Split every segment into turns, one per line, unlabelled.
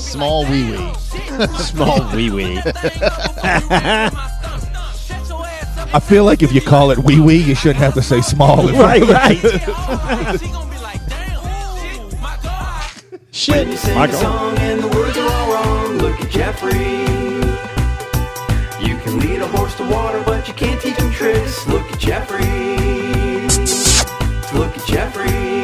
Small wee wee.
Small wee wee.
I feel like if you call it wee wee, you shouldn't have to say small. in front
right,
of it.
right.
Shit. You sing
Michael.
a song and the words are all wrong. Look at Jeffrey. You can lead a horse to water, but you can't teach him tricks. Look at Jeffrey. Look at Jeffrey. Look at Jeffrey.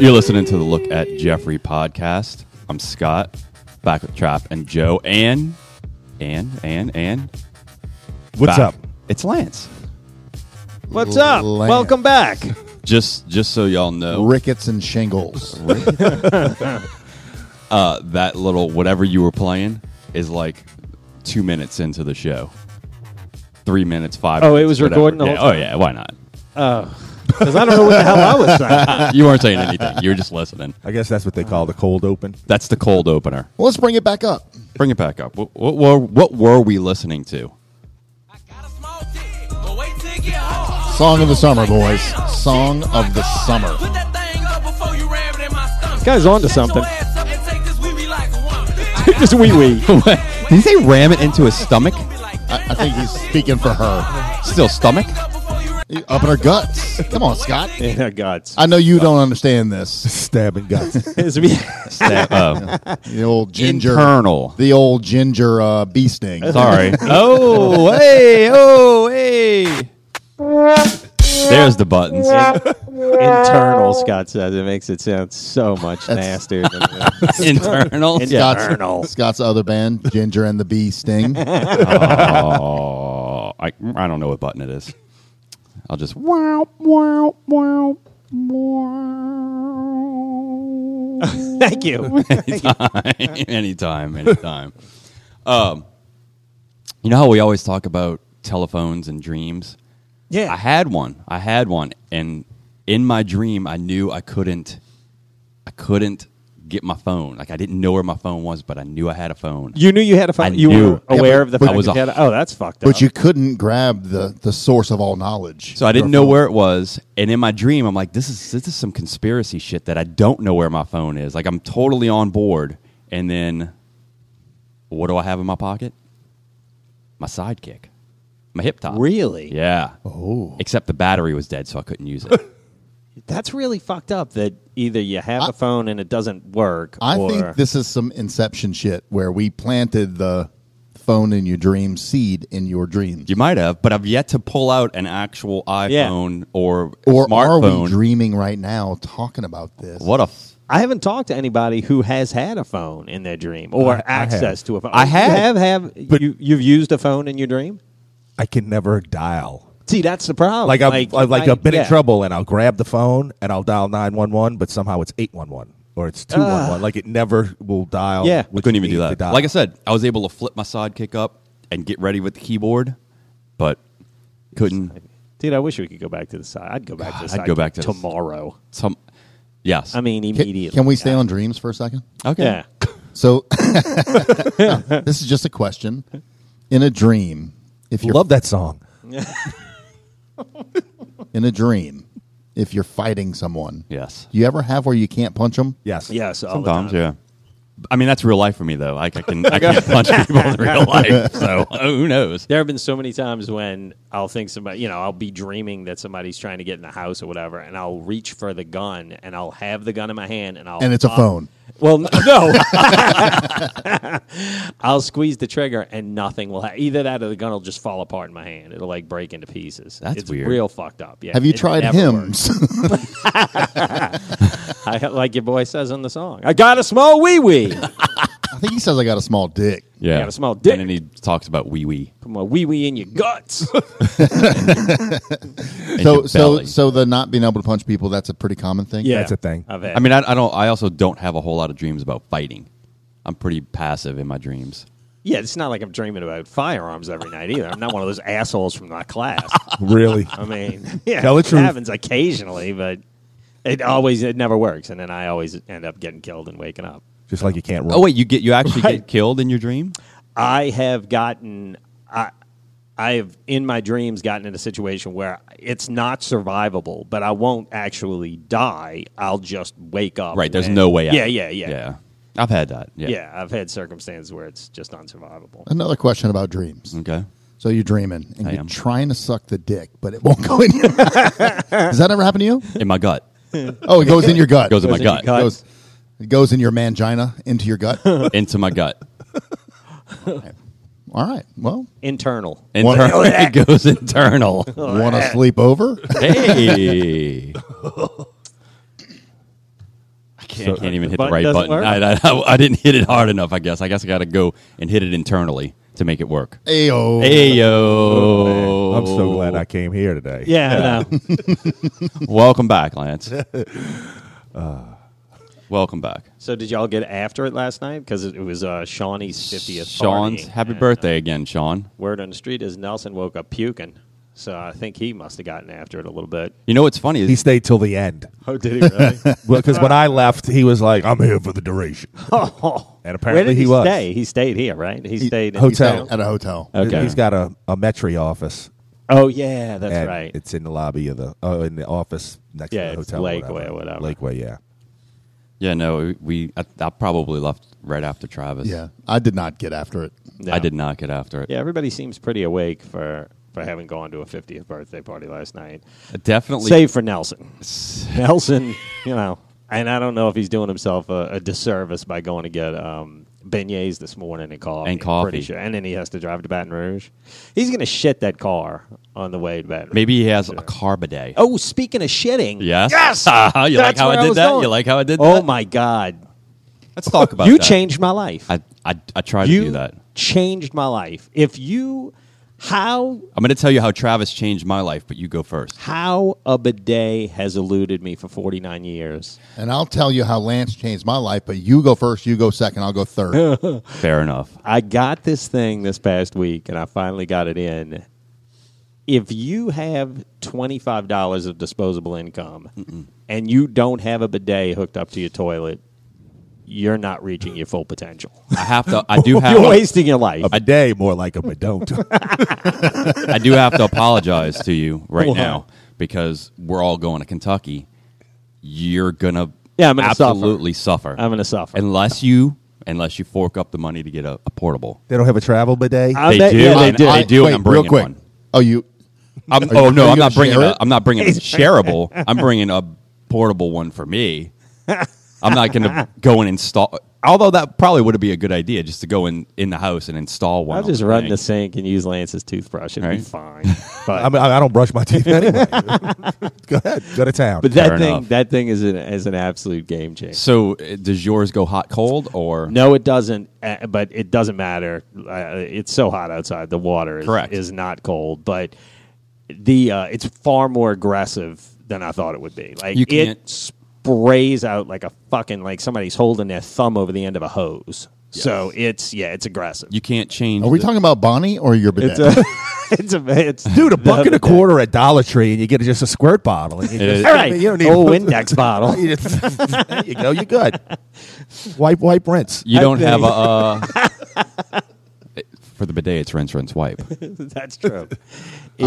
You're listening to the Look at Jeffrey podcast. I'm Scott, back with Trap and Joe, and and and and
What's
back.
up?
It's Lance.
What's up?
Lance.
Welcome back.
Just just so y'all know,
Rickets and shingles.
uh, that little whatever you were playing is like two minutes into the show, three minutes, five.
Oh, it
minutes,
was
whatever.
recording the
Yeah,
whole
Oh yeah, why not?
Because I don't know what the hell I was saying.
you weren't saying anything. You were just listening.
I guess that's what they call the cold open.
That's the cold opener.
Well, let's bring it back up.
Bring it back up. What, what, were, what were we listening to?
Song of the summer, boys. Song of the summer.
Guy's on to something. Just wee wee.
Did he say ram it into his stomach?
I, I think he's speaking for her.
Still stomach?
He- Up in her guts. Come on, Scott.
Yeah, guts.
I know you don't understand this.
Stabbing guts.
It's me-
Stab, oh.
The old ginger.
Internal.
The old ginger uh, bee sting.
Sorry.
oh, hey, oh, hey.
There's the buttons.
Internal, Scott says. It makes it sound so much nastier than it is.
Internal.
Scott's,
Internal.
Scott's other band, Ginger and the Bee Sting.
Oh, I, I don't know what button it is. I'll just wow, wow, wow, wow.
Thank you.
anytime, anytime. Um, you know how we always talk about telephones and dreams? I
Yeah.
had one. I had one, and in my dream, I knew I couldn't. I couldn't get my phone. Like I didn't know where my phone was, but I knew I had a phone.
You knew you had a phone.
I
you
knew.
were aware
but-
of the
but-
fact
I was
that you
a-
had a- Oh, that's fucked up.
But you couldn't grab the, the source of all knowledge.
So I didn't know where it was, and in my dream, I'm like, "This is this is some conspiracy shit that I don't know where my phone is." Like I'm totally on board, and then what do I have in my pocket? My sidekick, my hip top.
Really?
Yeah. Oh. Except the battery was dead, so I couldn't use it.
That's really fucked up that either you have a phone and it doesn't work
I
or
think this is some inception shit where we planted the phone in your dream seed in your dreams.
you might have, but I've yet to pull out an actual iPhone or
or are we
smartphone.
dreaming right now talking about this?
what a f-
I haven't talked to anybody who has had a phone in their dream or access to a phone.
I have.
You have have
But-
you, you've used a phone in your dream?
I can never dial.
See, that's the problem.
Like I've like,
I-
I've been
yeah.
in trouble, and I'll grab the phone and I'll dial nine one one, but somehow it's eight one one or it's two one one. Like it never will dial.
Yeah.
what
couldn't
you
even do
need to
that.
dial.
Like I said, I was able to flip my sidekick up and get ready with the keyboard, but couldn't.
Dude, I wish we could go back to the side. I'd go back to the
God,
side.
I'd go back to the-
tomorrow.
Some, yes.
I mean,
Can,
immediately.
can we stay on dreams for a second?
okay.
Yeah.
So this is just a question. In a dream, if you're
love that song.
in a dream, if you're fighting someone,
Yes.
do you ever have where you can't punch them?
Yes.
Yes. all the
Sometimes,
time.
yeah. I mean, that's real life for me though. Like I can, I can punch people in real life. So who knows?
There have been so many times when I'll think somebody, you know, I'll be dreaming that somebody's trying to get in the house or whatever, and I'll reach for the gun and I'll have the gun in my hand and I'll
And it's a
pop-
phone.
Well, n- no, I'll squeeze the trigger and nothing will ha- either that or the gun will just fall apart in my hand. It'll like break into pieces.
That's
it's
weird.
Real fucked up. Yeah.
Have you
it
tried
never works.
hymns?
I, like your boy says in the song. I got a small wee wee.
I think he says I got a small dick.
Yeah.
got a small dick.
And then he talks about wee wee.
Put my wee wee in your guts.
in
So
your
so
belly.
so the not being able to punch people, that's a pretty common thing.
Yeah,
That's a thing.
I've had.
I mean, I, I don't. I also don't have a whole lot of dreams about fighting. I'm pretty passive in my dreams.
Yeah, it's not like I'm dreaming about firearms every night either. I'm not one of those assholes from my class.
Really.
I mean, yeah,
Tell the
it
truth.
happens occasionally, but it always it never works, and then I always end up getting killed and waking up.
Just like you can't run.
Oh wait, you get you actually
Right.
get killed in your dream?
I have gotten I I have in my dreams gotten in a situation where it's not survivable, but I won't actually die. I'll just wake up.
Right. There's
and-
no way out.
Yeah, yeah, yeah, yeah.
Yeah. I've had that. Yeah.
I've had circumstances where it's just unsurvivable.
Another question about dreams.
Okay.
So you're dreaming and
Mm. I
you're
am.
trying to suck the dick, but it won't go in. your Does that ever happen to you?
In my gut.
Oh, it goes in your gut.
Goes in my
in your
gut.
gut.
Goes, it goes in your mangina into your gut. All
Into my gut.
right. Well,
Internal.
Internal. it goes internal.
want to sleep over?
hey. I can't, can't even hit the
button
right
doesn't
button. I, I- I didn't hit it hard enough, I guess. I guess I got to go and hit it internally to make it work.
Ayo.
Hey, yo.
Oh, I'm so glad I came here today.
Yeah, I know.
Welcome back, Lance. Welcome back.
so did y'all get after it last night? Because it, it was uh, Shawnee's 50th
Sean's
party,
happy
and, uh,
birthday again, Sean.
word on the street is Nelson woke up puking. So I think he must have gotten after it a little bit.
You know what's funny?
He
Is
stayed till the end.
Oh, did he really?
Because when I left, he was like, I'm here for the duration. And apparently
Oh. Where did
he
he,
was.
stay? He stayed here, right? He, stayed in
hotel.
At a hotel.
Okay.
He's got a, a Metri office.
Oh yeah, that's
and
right.
It's in the lobby of the oh, in the office next
Yeah,
to the
it's
hotel.
Lakeway or whatever.
Lakeway, yeah.
yeah, no, we I, I probably left right after Travis.
Yeah. I did not get after it.
No.
I did not get after it.
Yeah, everybody seems pretty awake for for having gone to a 50th birthday party last night.
Definitely.
Save for Nelson. Nelson, you know, and I don't know if he's doing himself a, a disservice by going to get um, beignets this morning and coffee.
And
I'm
coffee.
pretty sure. And then he has to drive to Baton Rouge. He's gonna shit that car on the way to Baton. Rouge.
Maybe he has a carb a day.
Oh, speaking of shitting,
Yes.
yes.
you like
That's
how I
where
did
was
that?
going.
You like how I did
Oh
that?
my god,
Let's talk about
you
that.
changed my life.
I, I, I tried
you
to do that.
changed my life. If you, how
I'm going to tell you how Travis changed my life, but you go first.
how a bidet has eluded me for 49 years.
And I'll tell you how Lance changed my life, but you go first, you go second, I'll go third.
Fair enough.
I got this thing this past week and I finally got it in. If you have $25 of disposable income and you don't have a bidet hooked up to your toilet, you're not reaching your full potential.
I have to. I do have.
You're wasting your life.
A day more like a don't.
I do have to apologize to you right now because we're all going to Kentucky. You're gonna
Yeah, I'm gonna suffer.
absolutely suffer.
I'm going to suffer.
unless you unless you fork up the money to get a, a portable.
they don't have a travel bidet.
I
They
bet-
do,
yeah, they
and
do.
I- do, and
Wait,
I'm bringing
real quick.
one.
Oh, you.
I'm,
Are you-
oh no,
are you
I'm
gonna
not bringing.
share
A,
it?
I'm not bringing a shareable. I'm bringing a portable one for me. I'm not going to go and install. Although that probably would be a good idea, just to go in in the house and install one.
I'll
on
just
the
run
thing.
the sink and use Lance's toothbrush. It'll be
Right.
fine. But
I mean, I I don't brush my teeth anyway. go ahead, go to town.
But that
Fair
thing,
enough.
that thing is an is an absolute game changer.
So uh, does yours go hot cold or
No, it doesn't. uh, But it doesn't matter. Uh, it's so hot outside. The water is,
Correct.
is not cold, but the uh, it's far more aggressive than I thought it would be. Like
You can't-
it sprays out like a fucking like somebody's holding their thumb over the end of a hose. So it's yeah, it's aggressive.
You can't change.
Are we
the-
talking about Bonnie or your bidet?
it's uh, a, it's a, it's
Dude, a buck and a quarter at Dollar Tree, and you get just a squirt bottle. And you
It
just,
is-
All right,
you don't need
oh, index bottle.
You just- there you go. You're good. Wipe, wipe, rinse.
You
I
don't
think-
have a. Uh, for the bidet, it's rinse, rinse, wipe.
That's true.
I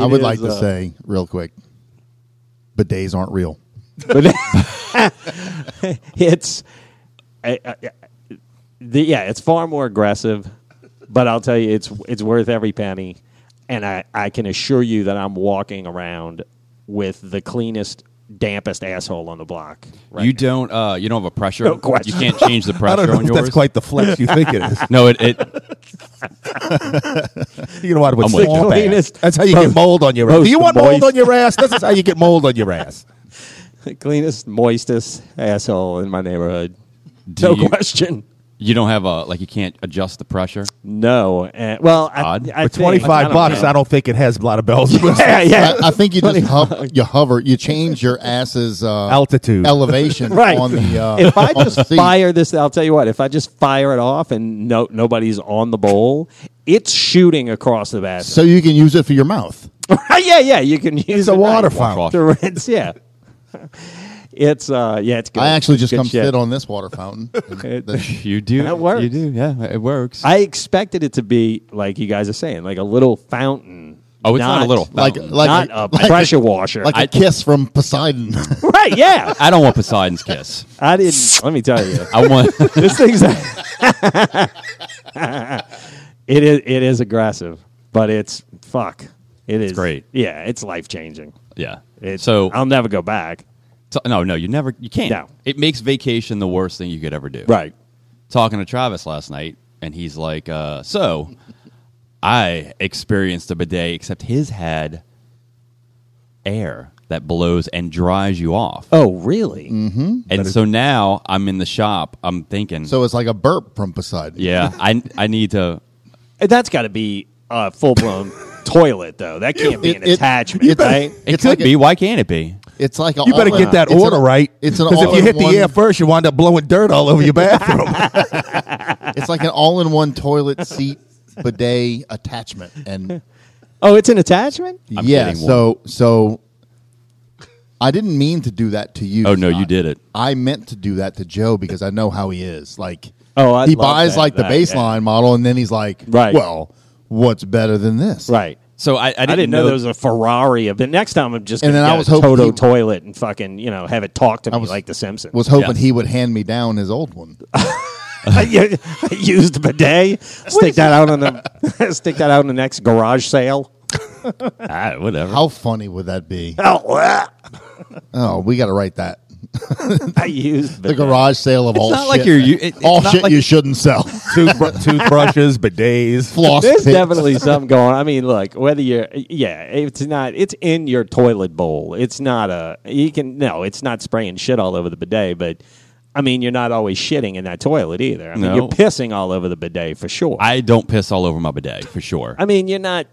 It
would
is,
like to
uh,
say, real quick, bidets aren't real.
but it's I, I, the, yeah, it's far more aggressive. But I'll tell you, it's it's worth every penny, and I, I can assure you that I'm walking around with the cleanest, dampest asshole on the block. Right
you don't. Uh, you don't have a pressure.
No question.
You can't change the
I
pressure
don't know
on
if
yours.
that's quite the flex you think it is.
no, it, it.
You know what? With
I'm with you.
swamp ass.
Cleanest,
That's how you get mold on your ass. Do you want mold
moist.
on your ass? This is how you get mold on your ass.
now. cleanest, moistest asshole in my neighborhood.
Do
no
you-
question.
You don't have a like. You can't adjust the pressure.
No. Uh, well, I,
Odd.
I
For
think-
For twenty
I
five
don't
bucks,
know.
I don't think it has a lot of bells. and whistles.
Yeah, yeah.
I, I think you just hov- you hover, you change your ass's uh,
Altitude.
elevation
Right.
on the. Uh,
if I
on the
just
seat.
fire this, I'll tell you what. If I just fire it off and no nobody's on the bowl, it's shooting across the basket.
so you can use it for your mouth.
yeah, yeah, you can use
a
it, right.
water fountain.
to rinse. Yeah, It's uh, yeah, it's good.
I actually just
Good
come
shit.
sit on this water fountain.
It-
The-
You do.
That works.
You do. Yeah, it works.
I expected it to be like you guys are saying, like a little fountain.
Oh, it's not a little
like
fountain.
like
not a pressure washer.
like a
I-
kiss from Poseidon.
right? Yeah,
I don't want Poseidon's kiss.
I didn't. Let me tell you,
I want.
this thing's. it is. It is aggressive, but it's fuck. It is
great.
Yeah, it's life changing.
yeah.
It's
so
I'll never go back.
t- no, no, you never. You can't.
No.
It makes vacation the worst thing you could ever do.
Right.
Talking to Travis last night, and he's like, uh, "So, I experienced a bidet, except his had air that blows and dries you off."
Oh, really?
Mm.
and so now I'm in the shop. I'm thinking,
so it's like a burp from Poseidon.
yeah, I I need to.
That's got to be a full blown toilet, though. That can't be
It-
an
it-
attachment,
you better-
right?
It
It's
could
like a-
be. Why can't it be?
It's like a
You better
all-
get that
it's an-
order right.
It's an
if you hit the
all-in-one-
air first, you wind up blowing dirt all over your bathroom.
It's like an all-in-one toilet seat bidet attachment, and
Oh, it's an attachment.
I'm
yeah.
getting
So so I didn't mean to do that to you.
Oh, no, you
Scott.
did it.
I meant to do that to Joe because I know how he is. Like
Oh, I'd
he
love
buys
that-
like the
that, yeah.
baseline model, and then he's like,
Right.
Well, what's better than this?
Right.
So I, I didn't,
I didn't know there was a Ferrari. But next time I'm just
And
gonna
then I
get
was
a
hoping
Toto
he-
toilet and fucking you know have it talk to me
was-
like The Simpsons.
Was hoping
Yes.
he would hand me down his old one.
I u- I used a bidet. Stick that out on the stick that out in the next garage sale.
Ah, whatever.
How funny would that be?
Oh, ah,
Oh, we got to write that.
I used
The
bidet.
garage sale of all
not
shit,
like you're u- it- it's
all
not
shit
like-
you shouldn't sell.
Toothbr- toothbrushes, bidets.
Floss
There's
picks.
definitely something going. I mean, look, whether you're yeah, it's not. It's in your toilet bowl. It's not a. You can no. It's not spraying shit all over the bidet, but. I mean, you're not always shitting in that toilet either. I mean,
No.
you're pissing all over the bidet for sure.
I don't piss all over my bidet for sure.
I mean, you're not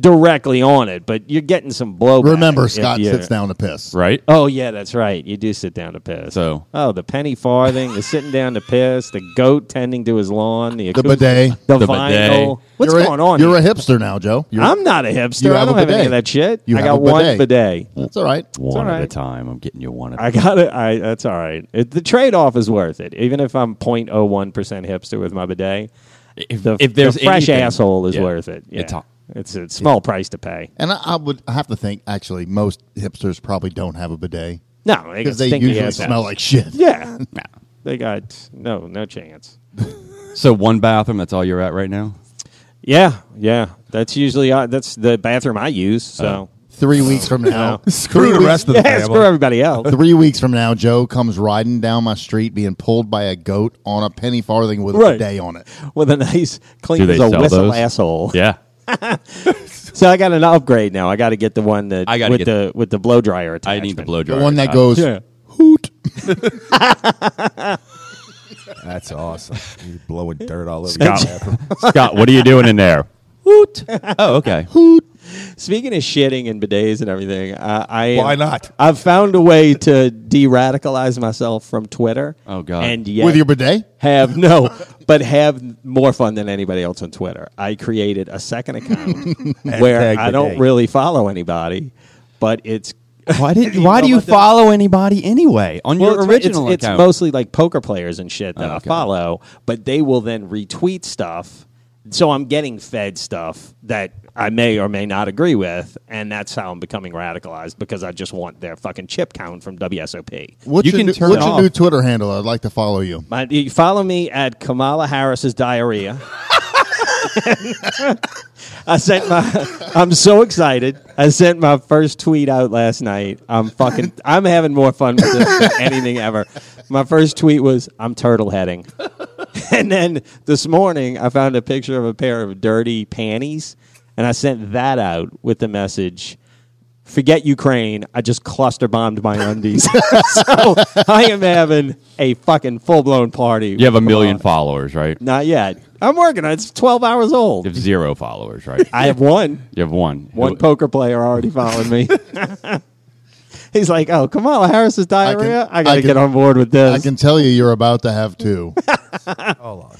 directly on it, but you're getting some blowback.
Remember,
if
Scott
you're-
sits down to piss.
right?
Oh yeah, that's right. You do sit down to piss.
So-
oh, the penny farthing, the sitting down to piss, the goat tending to his lawn, the,
The
acoustic-
bidet.
the,
The
vinyl.
bidet.
What's
You're a-
going on?
You're
here?
a hipster now, Joe. You're,
I'm not a hipster.
You
I
have a
don't have any
bidet.
of that shit.
You
I
have
got
a
one
bidet.
bidet.
That's all right.
One
all
at a
right.
time. I'm getting you one at a
Oh, I got it. I that's all right. It, the trade off is worth it, even if I'm 0.01 percent hipster with my bidet.
If,
The,
if there's
the fresh
anything-
asshole is
Yeah.
worth it. Yeah.
It's
It's
all-
a, small price to pay.
And I, I would I have to think actually most hipsters probably don't have a bidet
No,
because they usually smell like shit.
Yeah,
Nah.
they got no no chance.
So one bathroom. That's all you're at right now.
Yeah, yeah. That's usually uh, that's the bathroom I use.
Uh,
So
Three weeks from now,
Screw the
three
rest of the
yeah, screw
family.
everybody else.
weeks- Three weeks from now, Joe comes riding down my street being pulled by a goat on a penny farthing with
Right.
a bidet on it.
With a nice
Do
clean
they
as a
sell
whistle
those?
asshole.
Yeah.
So I got an upgrade now. I got to get the one that
I gotta
with
get-
the with the blow dryer
I
attachment.
need the blow
The
dryer. Uh,
one that
top.
goes,
Yeah.
hoot.
That's awesome. You're blowing dirt all over
Scott.
your bathroom.
Scott, what are you doing in there? Hoot. Oh, okay.
Speaking of shitting and bidets and everything, I, I
Why not?
I've found a way to de-radicalize myself from Twitter.
Oh, God.
And yet,
with your bidet.
have no, but have more fun than anybody else on Twitter. I created a second account where
Hashtag
I don't
bidet.
really follow anybody, but it's
Why did?
You
why
know
do you
about the-
follow anybody anyway on
well,
your
it's-
original
it's,
account?
It's mostly like poker players and shit that
Oh,
I
okay.
follow, but they will then retweet stuff. So I'm getting fed stuff that I may or may not agree with, and that's how I'm becoming radicalized because I just want their fucking chip count from WSOP.
What's
You
your
can
new,
turn
what's
it
your new
off.
Twitter handle? I'd like to follow you.
My, you follow me at Kamala Harris's diarrhea. I sent my. I'm so excited. I sent my first tweet out last night. I'm fucking. I'm having more fun with this than anything ever. My first tweet was, "I'm turtle heading," and then this morning I found a picture of a pair of dirty panties, and I sent that out with the message. Forget Ukraine. I just cluster bombed my undies. so I am having a fucking full blown party.
you have a million followers, right?
Not yet. I'm working on it. It's 12 hours
You
old.
have zero followers, right?
I have one.
You have one.
One
Who-
poker player already following me. He's like, oh, Kamala Harris is
can-
diarrhea. I, got
I
to
can-
get on board with
I
this.
can tell you, you're about to have two.
Hold on.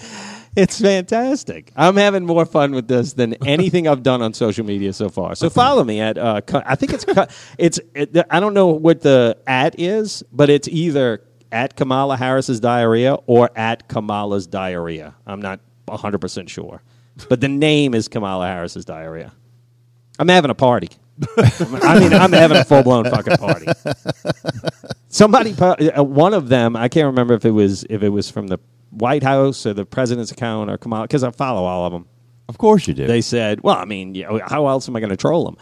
It's fantastic. I'm having more fun with this than anything I've done on social media so far. So follow me at uh, Cu- I think it's Cu- it's it, I don't know what the at is, but it's either at Kamala Harris's diarrhea or at Kamala's diarrhea. I'm not 100 percent sure, but the name is Kamala Harris's diarrhea. I'm having a party. I mean, I'm having a full blown fucking party. Somebody, po- uh, one of them, I can't remember if it was if it was from the White House or the president's account or Kamala, because I follow all of them.
Of course you do.
They said, "Well, I mean, you know, how else am I going to troll them?"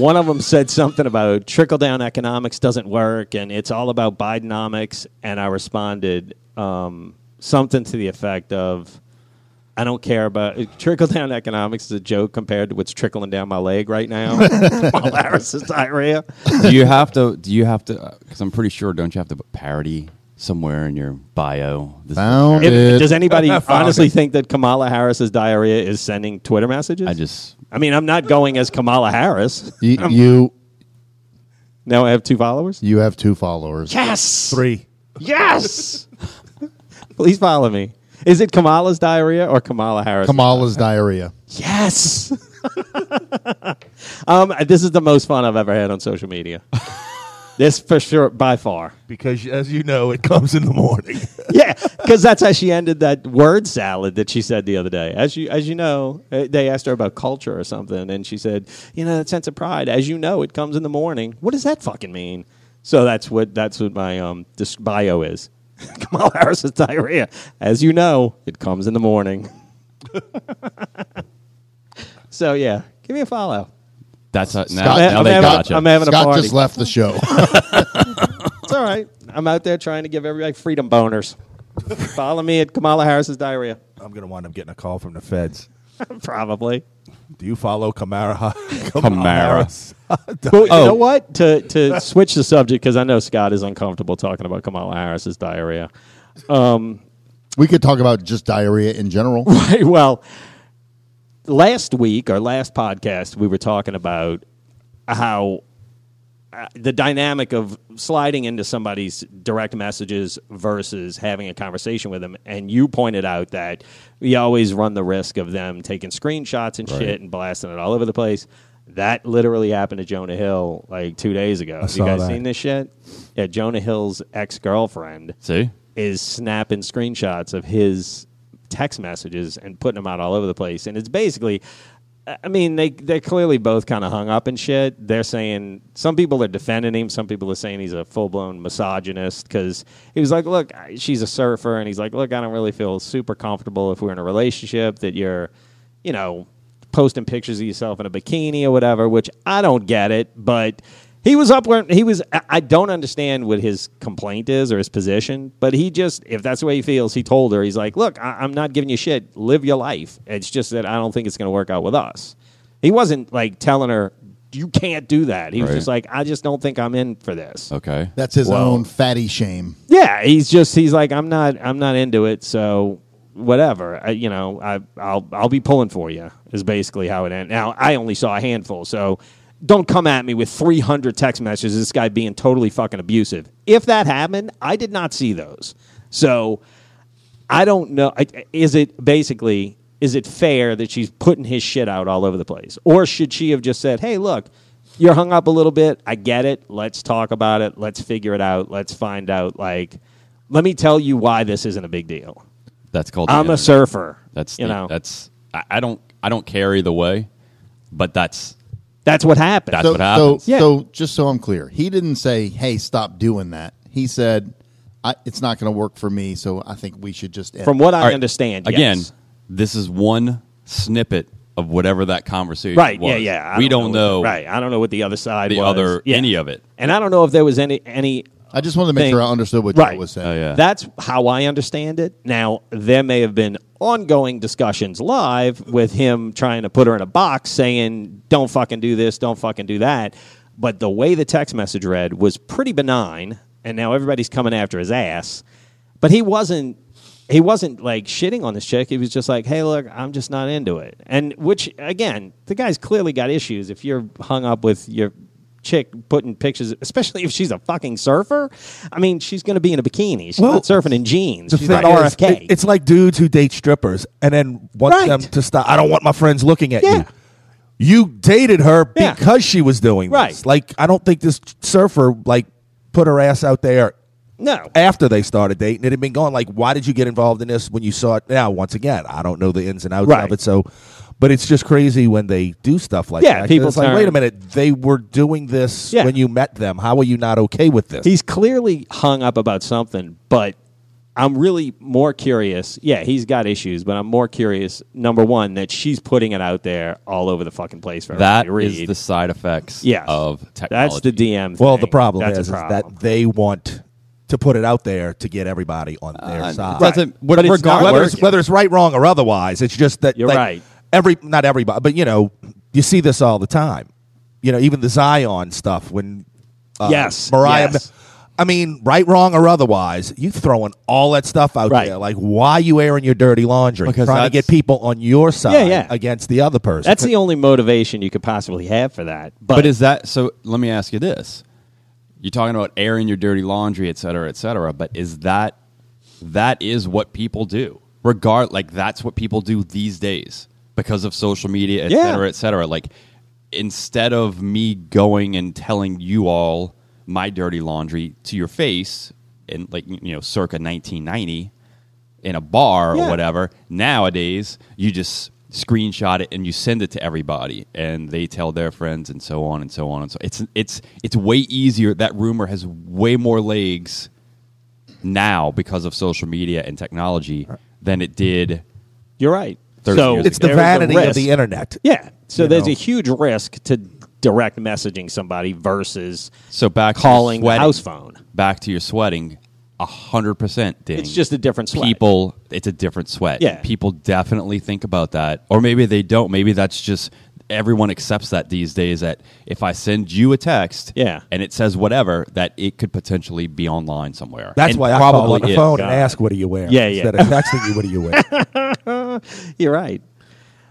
One of them said something about trickle down economics doesn't work, and it's all about Bidenomics. And I responded um, something to the effect of, "I don't care about uh, trickle down economics is a joke compared to what's trickling down my leg right now, my Laris is diarrhea."
do you have to? Do you have to? Because I'm pretty sure, don't you have to put parody somewhere in your bio? This is
Found
parody.
If-
it.
does anybody honestly think that Kamala Harris's diarrhea is sending Twitter messages?
I just
I mean, I'm not going as Kamala Harris.
You, you
Now I have two followers.
you have two followers.
Yes.
Three.
Yes. Please follow me. Is it Kamala's diarrhea or Kamala Harris?
Kamala's diarrhea.
Yes. um, this is the most fun I've ever had on social media. this for sure, by far.
Because, as you know, it comes in the morning.
yeah, because that's how she ended that word salad that she said the other day. As you as you know, uh, they asked her about culture or something, and she said, "You know, that sense of pride. As you know, it comes in the morning. What does that fucking mean?" So that's what that's what my um dis- bio is. Kamala Harris's diarrhea. As you know, it comes in the morning. so yeah, give me a follow.
that's how, now,
Scott-
now
I'm
they
having-
got
I'm
you.
having a
Scott
party.
just left the show.
It's all right. I'm out there trying to give everybody freedom boners. follow me at Kamala Harris's diarrhea.
I'm going to wind up getting a call from the feds.
Probably.
Do you follow Kamara?
Kamara.
Well, you know what? To to switch the subject because I know Scott is uncomfortable talking about Kamala Harris's diarrhea.
we could talk about just diarrhea in general.
Right, well, last week our last podcast, we were talking about how uh, the dynamic of sliding into somebody's direct messages versus having a conversation with them, and you pointed out that we always run the risk of them taking screenshots and shit and blasting it all over the place. That literally happened to Jonah Hill like two days ago. Have you
saw
guys
that.
seen this shit? Yeah, Jonah Hill's ex girlfriend
See,
is snapping screenshots of his text messages and putting them out all over the place. And it's basically, I mean, they they're clearly both kind of hung up and shit. They're saying some people are defending him, some people are saying he's a full blown misogynist because he was like, "Look, I- she's a surfer," and he's like, "Look, I don't really feel super comfortable if we're in a relationship that you're, you know." Posting pictures of yourself in a bikini or whatever, which I don't get it, but he was up where he was. I- I don't understand what his complaint is or his position, but he just, if that's the way he feels, he told her, he's like, look, I, I'm not giving you shit. Live your life. It's just that I don't think it's going to work out with us. He wasn't like telling her, you can't do that. He was
Right.
just like, I just don't think I'm in for this.
okay,
That's his
Well-
own fatty shame.
Yeah, he's just he's like I'm not I'm not into it. So whatever, I, you know, I I'll I'll be pulling for you is basically how it ended. Now I only saw a handful, so don't come at me with 300 text messages. This guy being totally fucking abusive. If that happened, I did not see those. So I don't know. I- Is it basically is it fair that she's putting his shit out all over the place, or should she have just said, "Hey, look, you're hung up a little bit. I get it. Let's talk about it. Let's figure it out. Let's find out. Like, let me tell you why this isn't a big deal.
that's called. the
I'm a
internet.
surfer.
That's
you
the-
know
That's I, I don't I don't care either way, but that's
that's what happened.
That's
So,
what
so,
happens.
Yeah.
so just so I'm clear, he didn't say, "Hey, stop doing that." He said, I, "It's not going to work for me, so I think we should just end."
From what I
All right.
understand,
Again,
yes.
this is one snippet of whatever that conversation.
Right?
was.
Yeah, yeah. I
we don't know.
Right? I don't know what the other side,
The
was.
other-
Yeah.
any of it.
and I don't know if there was any any
I just wanted to make
thing.
sure I understood what
Right.
Joe was saying.
Oh yeah.
That's how I understand it. Now, there may have been ongoing discussions live with him trying to put her in a box saying, don't fucking do this, don't fucking do that. But the way the text message read was pretty benign, and now everybody's coming after his ass. But he wasn't. He wasn't like shitting on this chick. He was just like, "Hey, look, I'm just not into it." And which, again, the guy's clearly got issues. If you're hung up with your chick putting pictures, especially if she's a fucking surfer. I mean, she's going to be in a bikini. She's
Well,
not surfing in jeans.
The
She's not
thing is,
RFK.
it- it's like dudes who date strippers and then want
Right.
them to stop. I don't want my friends looking at
Yeah.
you. You dated her
Yeah.
because she was doing
Right.
this. Like I don't think this surfer like put her ass out there
no.
after they started dating. It had been going like, why did you get involved in this when you saw it? Now, once again, I don't know the ins and outs
Right.
of it. So, but it's just crazy when they do stuff like
Yeah,
that.
people
It's like,
turn-
wait a minute, they were doing this
Yeah.
when you met them. How are you not okay with this?
He's clearly hung up about something, but I'm really more curious. Yeah, he's got issues, but I'm more curious. Number one, that she's putting it out there all over the fucking place for
That
everybody
is
to read.
the side effects
yes.
of technology.
That's the DM.
well,
thing.
the problem
That's a
is, is
problem.
that they want to put it out there to get everybody on their
Uh,
side.
doesn't-
Right. But it's not
whether
regardless,
it's, whether it's right, wrong, or otherwise, it's just that
You're
like,
right.
Every not everybody, but you know, you see this all the time. You know, even the Zion stuff when uh,
Yes,
Mariah.
yes.
I mean, right, wrong, or otherwise, you throwing all that stuff out
Right.
there. Like, why you airing your dirty laundry?
Because
trying to
that's-
get people on your side
Yeah, yeah.
against the other person.
That's the only motivation you could possibly have for that. But,
But is that so? Let me ask you this: You're talking about airing your dirty laundry, et cetera, et cetera. But is that that is what people do? Regard like that's what people do these days because of social media, et
Yeah.
cetera, et cetera. Like instead of me going and telling you all my dirty laundry to your face in like you know circa 1990 in a bar
Yeah.
or whatever. Nowadays, you just screenshot it and you send it to everybody, and they tell their friends, and so on and so on and so. It's it's it's way easier. That rumor has way more legs now because of social media and technology than it did.
you're right.
30
So
years
it's the
there's e a
vanity of
risk.
the internet.
Yeah. So
You
there's
know.
a huge risk to direct messaging somebody versus
So back
calling
to your
the
sweating,
house phone.
Back to your sweating. A hundred percent, ding.
It's just a different sweat.
People, it's a different sweat.
Yeah.
people definitely think about that, or maybe they don't. Maybe that's just everyone accepts that these days. That if I send you a text,
Yeah.
and it says whatever, that it could potentially be online somewhere.
That's
And
why I call on the
is.
phone
God.
and ask, "What do you wear?"
Yeah, yeah.
Instead of texting you, "What do you wear?"
You're right.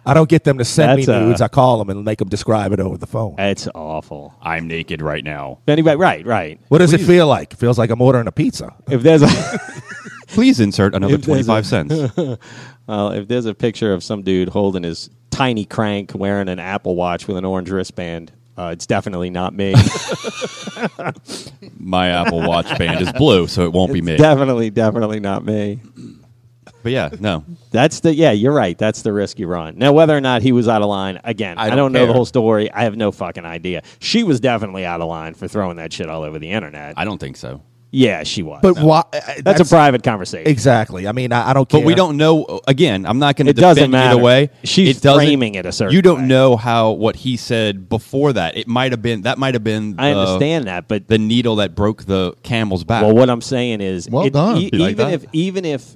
I don't get them to send
That's,
me
uh,
nudes. I call them and make them describe it over the phone.
It's awful.
I'm naked right now.
Anyway, right, right.
What does it feel like? It feels like I'm ordering a pizza.
If there's a
Please insert another
If there's
twenty
a-
five cents.
well, if there's a picture of some dude holding his tiny crank, wearing an Apple Watch with an orange wristband, uh, it's definitely not me.
My Apple Watch band is blue, so it won't be me.
definitely, definitely not me.
but yeah, no,
That's the yeah. You're right. That's the risk you run. Now, whether or not he was out of line, again, I don't,
don't
know the
care.
whole story. I have no fucking idea. She was definitely out of line for throwing that shit all over the internet.
I don't think so.
yeah, she was.
But why? uh,
that's, a private conversation.
Exactly. I mean, I, I don't care.
But we don't know. Again, I'm not going to
It doesn't
defend
matter.
either way.
She's
it doesn't-
framing it a certain
You don't
way.
know how what he said before that. It might have been that might have been.
I
the-
understand that, but
the needle that broke the camel's back.
Well, what I'm saying is,
Well done.
e-
You like
even
that?
if even if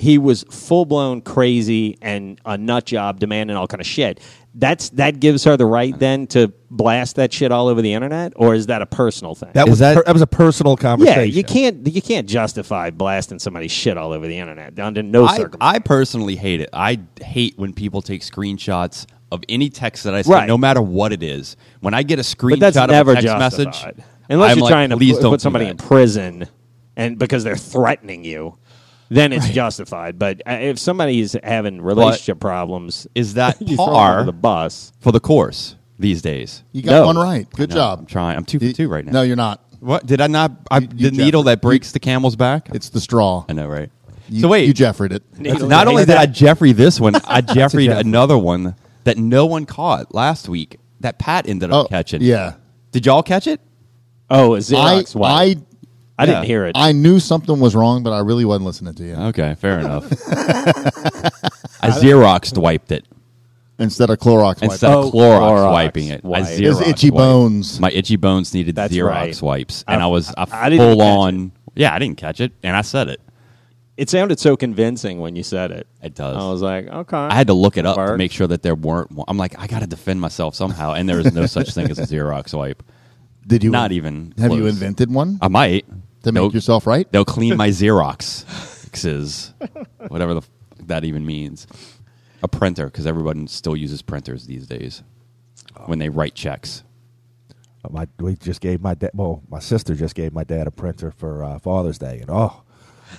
he was full blown crazy and a nut job demanding all kind of shit, that's that gives her the right then to blast that shit all over the internet, or is that a personal thing?
That
Is
was
that-
per- that was a personal
yeah,
conversation.
you can't you can't justify blasting somebody's shit all over the internet under no
I,
circumstances.
I personally hate it. I hate when people take screenshots of any text that I send,
Right.
no matter what it is. When I get a
But
screenshot
that's
of
never
a text
justified,
message,
unless
I'm
you're
like,
trying to
"Please
put,
don't
put
do
somebody
that."
in prison, and because they're threatening you. Then it's justified, but uh, if somebody's having relationship problems,
Is that
you throw them under
par
the bus.
for the course these days?
You got
No.
one right. Good
No,
job.
I'm trying. I'm two
You-
for two right now.
No, you're not.
What did I not? I,
You- you
the needle
Jeffrey.
that breaks the camel's back.
It's the straw.
I know, right?
You,
so wait,
you Jeffreyed it.
Needle
not
to
only
haystack.
did I Jeffrey this one, I Jeffreyed
Jeffrey.
another one that no one caught last week that Pat ended up
Oh,
catching.
yeah.
Did y'all catch it?
Oh, a
I,
Xerox
I,
wipe. I, didn't
yeah.
hear it.
I knew something was wrong, but I really wasn't listening to you.
Okay, fair enough. I Xeroxed wiped it
Instead of Clorox wipes.
instead
Oh,
of Clorox,
Clorox
wiping it.
wipe.
I
His
Xerox
itchy
wiped.
bones.
My itchy bones needed
That's
Xerox
right.
wipes, and I,
I-
was a
I didn't
full
catch
on. Yeah, I didn't catch it, and I said it.
it sounded so convincing when you said it.
It does.
I was like, okay.
I had to look it up to
Works.
make sure that there weren't. one- I'm like, I got to defend myself somehow, and there is no such thing as a Xerox wipe.
Did you
Not even
Have you
close. Uh,
invented one
I might
to make
They'll-
yourself right?
They'll clean my Xeroxes, whatever the f- that even means. A printer, because everyone still uses printers these days when they write checks.
Oh, My we just gave my dad. Well, my sister just gave my dad a printer for uh, Father's Day, and oh,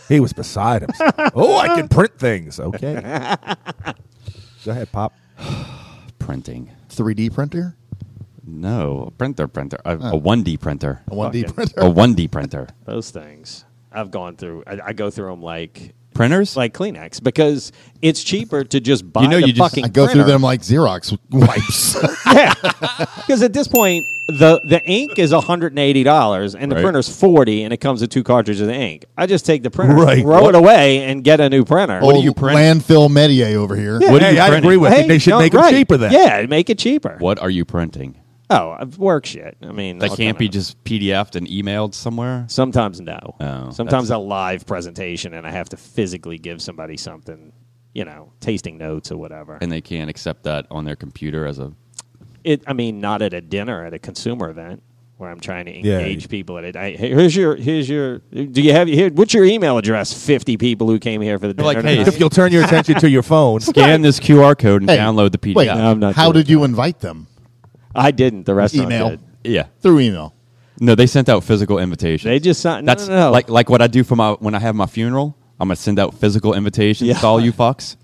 he was beside himself. oh, I can print things. Okay, go ahead, pop.
Printing.
3D printer,
No, a printer, printer, a, a 1D printer,
a 1D
Fucking-
printer.
a 1D printer.
Those things I've gone through. I, I go through them like
Printers?
like Kleenex because it's cheaper to just buy
You know,
the
you just-
fucking
I go through
printer.
them like Xerox wipes.
yeah. Because at this point, the the ink is one hundred and eighty dollars, and the
Right.
printer's forty, and it comes with two cartridges of ink. I just take the printer,
Right.
throw
What-
it away, and get a new printer.
Old
you print?
landfill Medier over here.
What are
hey,
you
I
printing?
agree with
Hey,
you. They should
no,
make them
right.
cheaper then.
Yeah, make it cheaper.
What are you printing?
Oh, I've- work shit. I mean,
That
all
can't
kinda-
be just PDF'd and emailed somewhere.
Sometimes no.
Oh,
Sometimes a live presentation, and I have to physically give somebody something, you know, tasting notes or whatever.
And they can't accept that on their computer as a.
it i mean not at a dinner at a consumer event where i'm trying to
Yeah.
engage people at it I, hey, here's your here's your do you have here what's your email address 50 people who came here for the dinner
like, hey,
tonight.
If you'll turn your attention to your phone,
Scan this QR code and
Hey,
download the PDF.
Wait,
No, I'm not
how
doing
did you invite them?
i didn't the restaurant
Email.
did.
Yeah.
Through email.
No, they sent out physical invitations.
they just signed no,
That's
no, no.
like like what I do for my when I have my funeral. I'm gonna send out physical invitations
Yeah.
to all you fucks.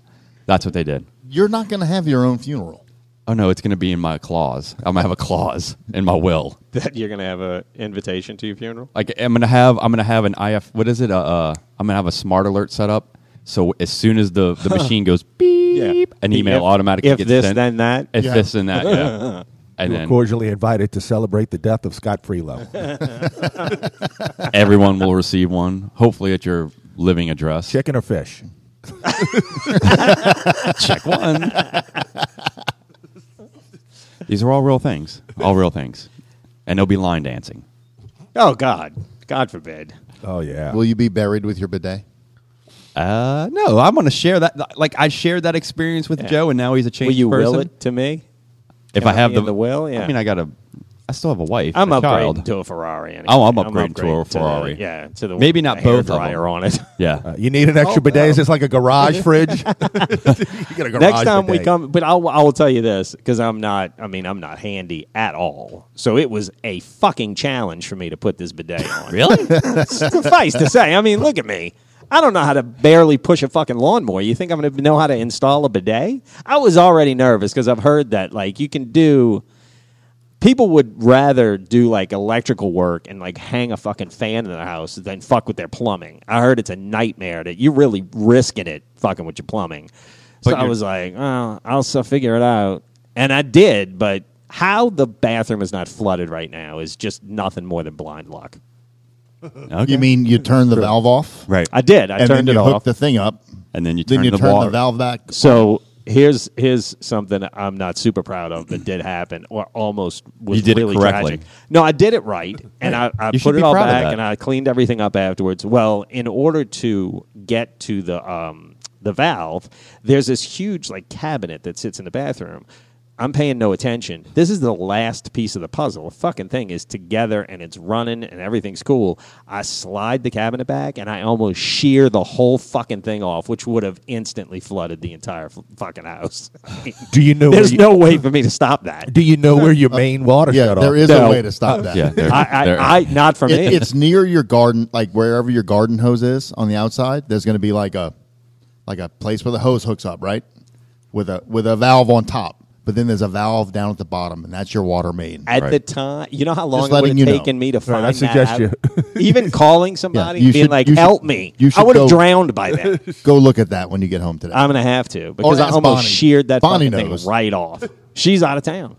That's what they did.
You're not going to have your own funeral.
Oh no, it's gonna be in my clause. I'm gonna have a clause in my will.
that you're gonna have a invitation to your funeral
Like I'm gonna have I'm gonna have an IF. What is it? Uh, uh I'm gonna have a smart alert set up. So as soon as the, the machine goes beep, an email
If-
automatically
if
gets
this
sent.
then that
if
Yeah.
this and that, yeah. and
you are
then
cordially invited to celebrate the death of Scott Freelo.
everyone will receive one. Hopefully at your living address.
Chicken or fish?
Check one. These are all real things. All real things. And they'll be line dancing.
oh god god forbid
Oh yeah.
Will you be buried with your bidet?
Uh, no, I'm going to share that. Like, I shared that experience with Joe, and now he's a changed
will you
person.
will it to me
If
Am
I have
I
the,
in the will?
I
Yeah.
mean, I got a. I still have a wife.
i'm
a
upgrading
child.
to a ferrari anyway.
Oh, I'm upgrading to a
the-
Ferrari.
yeah to the
Maybe not both of them.
dryer on it
Yeah.
Uh, you need an extra bidet? Is this like a garage fridge? you got a garage
oh, Next time we
bidet.
come, but I'll, I will tell you this because I'm not. I mean, I'm not handy at all. So it was a fucking challenge for me to put this bidet on.
really?
Suffice to say, I mean, look at me. I don't know how to barely push a fucking lawnmower. You think I'm going to know how to install a bidet? I was already nervous because I've heard that like you can do. People would rather do like electrical work and like hang a fucking fan in their house than fuck with their plumbing. I heard it's a nightmare that you're really risking it fucking with your plumbing. So
But
I
you're-
was like, oh, I'll so figure it out. And I did, but how the bathroom is not flooded right now is just nothing more than blind luck.
Okay.
You mean you turn the valve off?
right.
I did. I
and
turned
then
it
you hook
off.
the thing up.
And then you
Then
turn
you
the
turn
water-
the valve back.
so here's here's something I'm not super proud of, but did happen, or almost was
You did it
really
correctly.
tragic. No, I did it right, and I, I
You should
put it
be
all
proud of
back,
that.
and I cleaned everything up afterwards. Well, in order to get to the um, the valve, there's this huge like cabinet that sits in the bathroom. I'm paying no attention. This is the last piece of the puzzle. The fucking thing is together and it's running and everything's cool. I slide the cabinet back and I almost shear the whole fucking thing off, which would have instantly flooded the entire f- fucking house.
Do you know?
There's
where you,
no Uh, way for me to stop that.
Do you know where your main water
Yeah,
shut
there
off?
is
No.
a way to stop that.
Yeah. there-
I, I,
there-
I not for
It-
me.
it's near your garden, like wherever your garden hose is on the outside. There's going to be like a like a place where the hose hooks up, right? With a with a valve on top, but then there's a valve down at the bottom, and that's your water main.
At
Right.
the time, you know how long it
letting
would
you
have
know.
taken me to
Right,
find
I suggest
that out? Even calling somebody,
you
being
should-
like,
you should-
"Help me!"
you
I
should
would have
go-
drowned by then.
Go look at that when you get home today.
I'm gonna have to because I
ask
almost
Oh, Bonnie.
sheared that
Bonnie
fucking
knows.
thing right off. She's out of town.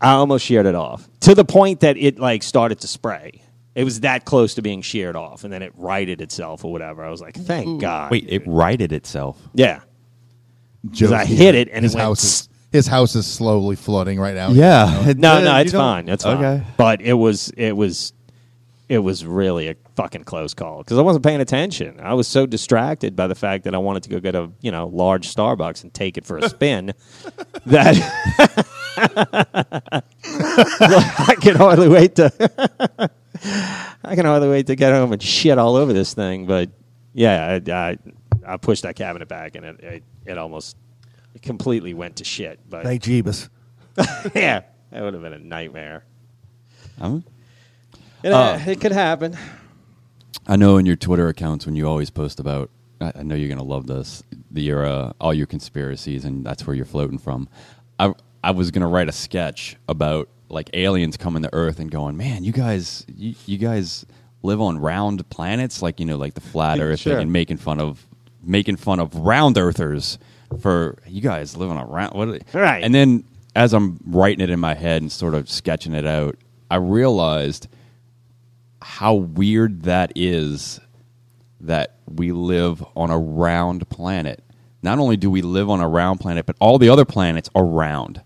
I almost sheared it off to the point that it like started to spray. It was that close to being sheared off, and then it righted itself or whatever. I was like, "Thank God!"
Wait, it righted itself.
yeah,
Joe's
I
here.
hit it and it
his
went
house is his house is slowly flooding right now.
Yeah.
no, no, it's fine, it's fine.
Okay.
But it was, it was, it was really a fucking close call because I wasn't paying attention. I was so distracted by the fact that I wanted to go get a you know large Starbucks and take it for a spin that. I can hardly wait to. I can hardly wait to get home and shit all over this thing. But yeah, I, I, I pushed that cabinet back and it, it, it almost completely went to shit. But
Thank Jeebus.
yeah, that would have been a nightmare.
I'm-
It,
Uh,
it could happen.
I know in your Twitter accounts when you always post about, I, I know you're gonna love this, the, your uh, all your conspiracies, and that's where you're floating from. I I was gonna write a sketch about like aliens coming to Earth and going, man, you guys, you, you guys live on round planets, like you know, like the flat Earth
Sure.
thing, and making fun of making fun of round Earthers for you guys living on round. What are they-"
Right.
And then as I'm writing it in my head and sort of sketching it out, I realized how weird that is that we live on a round planet. Not only do we live on a round planet, but all the other planets are round.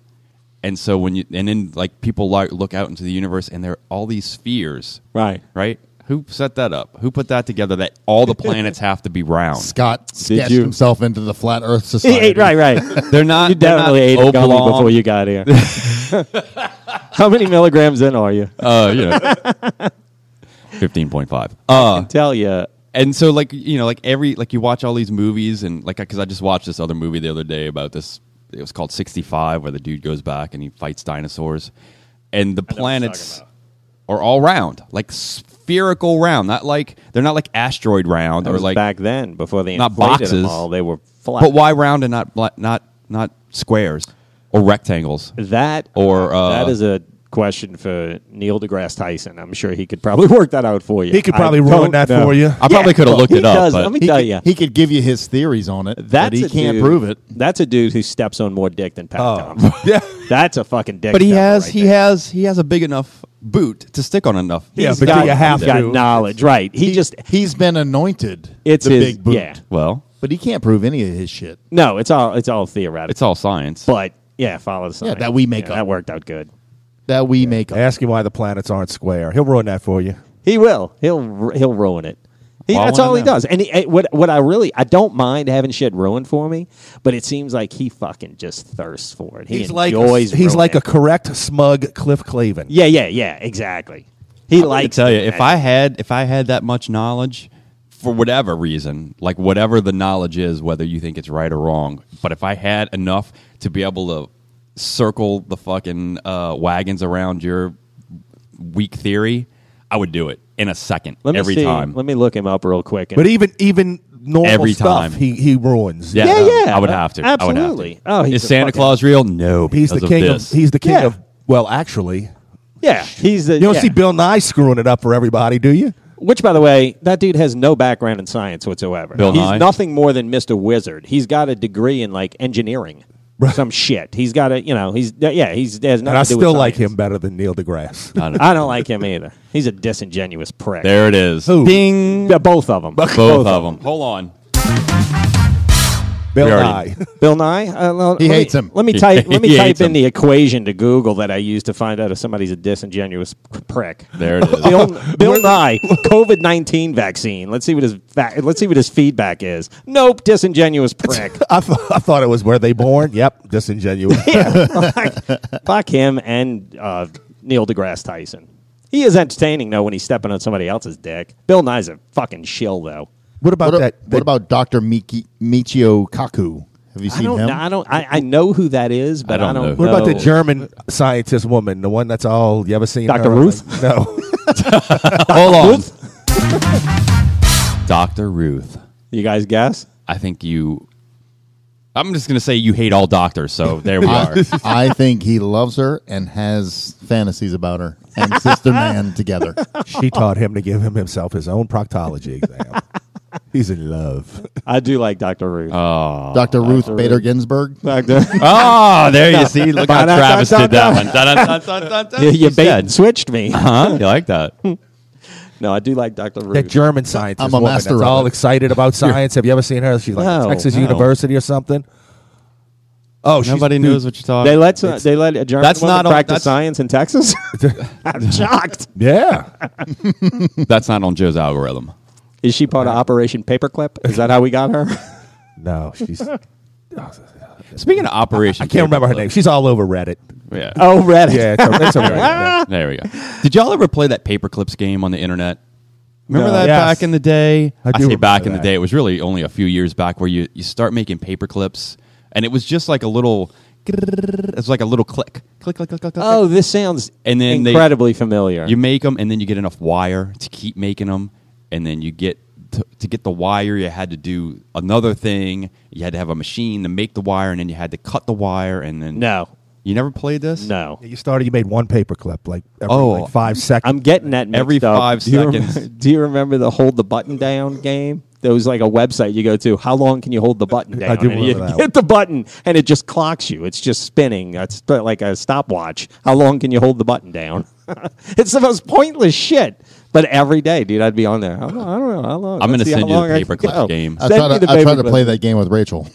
And so when you and then like people like look out into the universe and there are all these spheres,
Right.
right? Who set that up? Who put that together that all the planets have to be round?
Scott sketched
you-
himself into the flat Earth
He
society.
ate, right, right.
They're not
You
they're
definitely ate
not
a gummy
oblong.
before you got here. How many milligrams in are you? I
Uh, you know. 15.5. Uh,
can tell you.
and so like you know like every like you watch all these movies and like because i just watched this other movie the other day about this it was called 65 where the dude goes back and he fights dinosaurs and the planets are all round like spherical round not like they're not like asteroid round
That
or
was
like
back then before they
Not
inflated them
boxes,
all. They were flat.
but why round and not bla- not not squares or rectangles
That
Or, uh,
that is a question for Neil deGrasse Tyson. I'm sure he could probably work that out for you.
He could
I
probably ruin
don't
that
know.
for you.
i probably could have looked
he
it up
does.
but
Let me
He
tell
could,
you.
he could give you his theories on it,
That's
but he
a
can't
dude-
prove it.
That's a dude who steps on more dick than Pat Thompson.
Oh. yeah
That's a fucking dick.
but he
stepper
has
right
he
there.
has he has a big enough boot to stick on enough
Yeah,
He's
but do
got,
you have
he's got
to?
knowledge, right? He, just
he's been anointed.
it's
the
his
big boot,
yeah.
well
but he can't prove any of his shit.
No, it's all it's all theoretical.
it's all science
but yeah, follow the sign.
that we make
Yeah,
up.
That worked out good.
That we make up.
Ask him why the planets aren't square. He'll ruin that for you.
He will. He'll ru- he'll ruin it. He,
Well, I
that's
wanna
all he
know.
does. And he, eh, what what I really I don't mind having shit ruined for me, but it seems like he fucking just thirsts for it. He
he's like
enjoys
he's
ruining
like a
it.
correct smug Cliff Clavin.
yeah yeah yeah exactly. He
I
likes
tell you,
it.
if I had if I had that much knowledge, for whatever reason, like whatever the knowledge is, whether you think it's right or wrong, but if I had enough to be able to circle the fucking uh, wagons around your weak theory, I would do it in a second
let me
every
see.
time.
Let me look him up real quick. and-
But even even normal
Every time.
stuff he he ruins.
yeah,
Yeah,
no,
yeah,
I would have to. I would have
absolutely.
to.
Oh, he's
is
a
Santa
fucking-
Claus real? No,
He's the
because
king
of
of,
this.
he's the king
Yeah.
of well actually.
yeah, he's the
You don't
yeah.
see Bill Nye screwing it up for everybody, do you?
Which, by the way, that dude has no background in science whatsoever.
Bill
He's
Nye?
nothing more than Mr. Wizard. He's got a degree in like engineering, some shit. He's got a, you know, he's yeah, he's has nothing
And I
to do
still
with
like
science.
him better than Neil deGrasse.
I don't know.
I don't like him either. He's a disingenuous prick.
there it is.
Who?
Ding.
Yeah, both of them.
Both of them. Hold on.
Bill
We already-
Nye.
Bill Nye. Uh, well,
He
let me-
hates him.
Let me
He-
type. Let me
he
type
hates
in
him.
the equation to Google that I use to find out if somebody's a disingenuous prick.
There it is.
Bill, Bill Nye, COVID nineteen vaccine. Let's see what his fa- let's see what his feedback is. Nope, disingenuous prick.
I, th- I thought it was where they born. Yep, disingenuous.
Fuck him and uh, Neil deGrasse Tyson. He is entertaining though when he's stepping on somebody else's dick. Bill Nye's a fucking shill though.
What about
What, a-
that?
what about Dr. Miki, Michio Kaku? Have you
I
seen
don't.
him?
I don't. I, I know who that is, but I don't,
don't know.
know.
What about the German scientist woman, the one that's all you ever seen?
Dr.
her?
Ruth?
No,
Hold on. Dr. Ruth.
You guys guess?
I think you. I'm just gonna say you hate all doctors, so there we are.
I, I think he loves her and has fantasies about her and Sister Man together.
she taught him to give him himself his own proctology exam. He's in love.
I do like Dr. Ruth.
Dr. Ruth Bader Ginsburg.
Doctor,
oh, there you see. Look how
Ba-da-da-da-da.
Travis did that one. Da-da-da-da-da-da.
you, you
She's
bait
dead.
and switched me.
Huh? You like that?
No, I do like Dr. Ruth.
That German scientist
I'm a
woman
master
that's
of
all
it.
excited about science. Have you ever seen her? She's like at
No,
Texas
no.
University or something. Oh, she's-
Nobody
dude,
knows what you're talking.
they let some, they let a German
That's
woman
not a- that's-
practice science in Texas. I'm shocked.
Yeah,
That's not on Joe's algorithm.
Is she part of Operation Paperclip? Is that how we got her?
no, she's. I
Speaking of operation,
can't remember her name. She's all over Reddit.
Yeah.
Oh, Reddit.
Yeah, it's a, it's a Reddit.
There we go. Did y'all ever play that paperclips game on the internet? Remember
No.
that
Yes.
back in the day?
I do
say back
remember
in the
that.
day. It was really only a few years back where you, you start making paperclips, and it was just like a little It's like a little click, click, click, click, click. click.
Oh, this sounds
And then they-
incredibly familiar.
You make them, and then you get enough wire to keep making them, and then you get to, to get the wire. You had to do another thing. You had to have a machine to make the wire, and then you had to cut the wire, and then
no,
you never played this.
no.
You started. You made one paperclip, like every
Oh,
like five seconds.
I'm getting that mixed
Every
up.
five
do you remember-
seconds.
do you remember the hold the button down game? There was like a website you go to. How long can you hold the button down?
I do
And you
remember that one.
hit the button and it just clocks you. It's just spinning. That's sp- like a stopwatch. How long can you hold the button down? it's the most pointless shit. But every day, dude, I'd be on there. I don't, I don't know how long.
I'm gonna
Let's see how
send you the
long I can
paperclip
go.
game.
I
Send
try
me
to,
the
I try to
paperclip.
play that game with Rachel.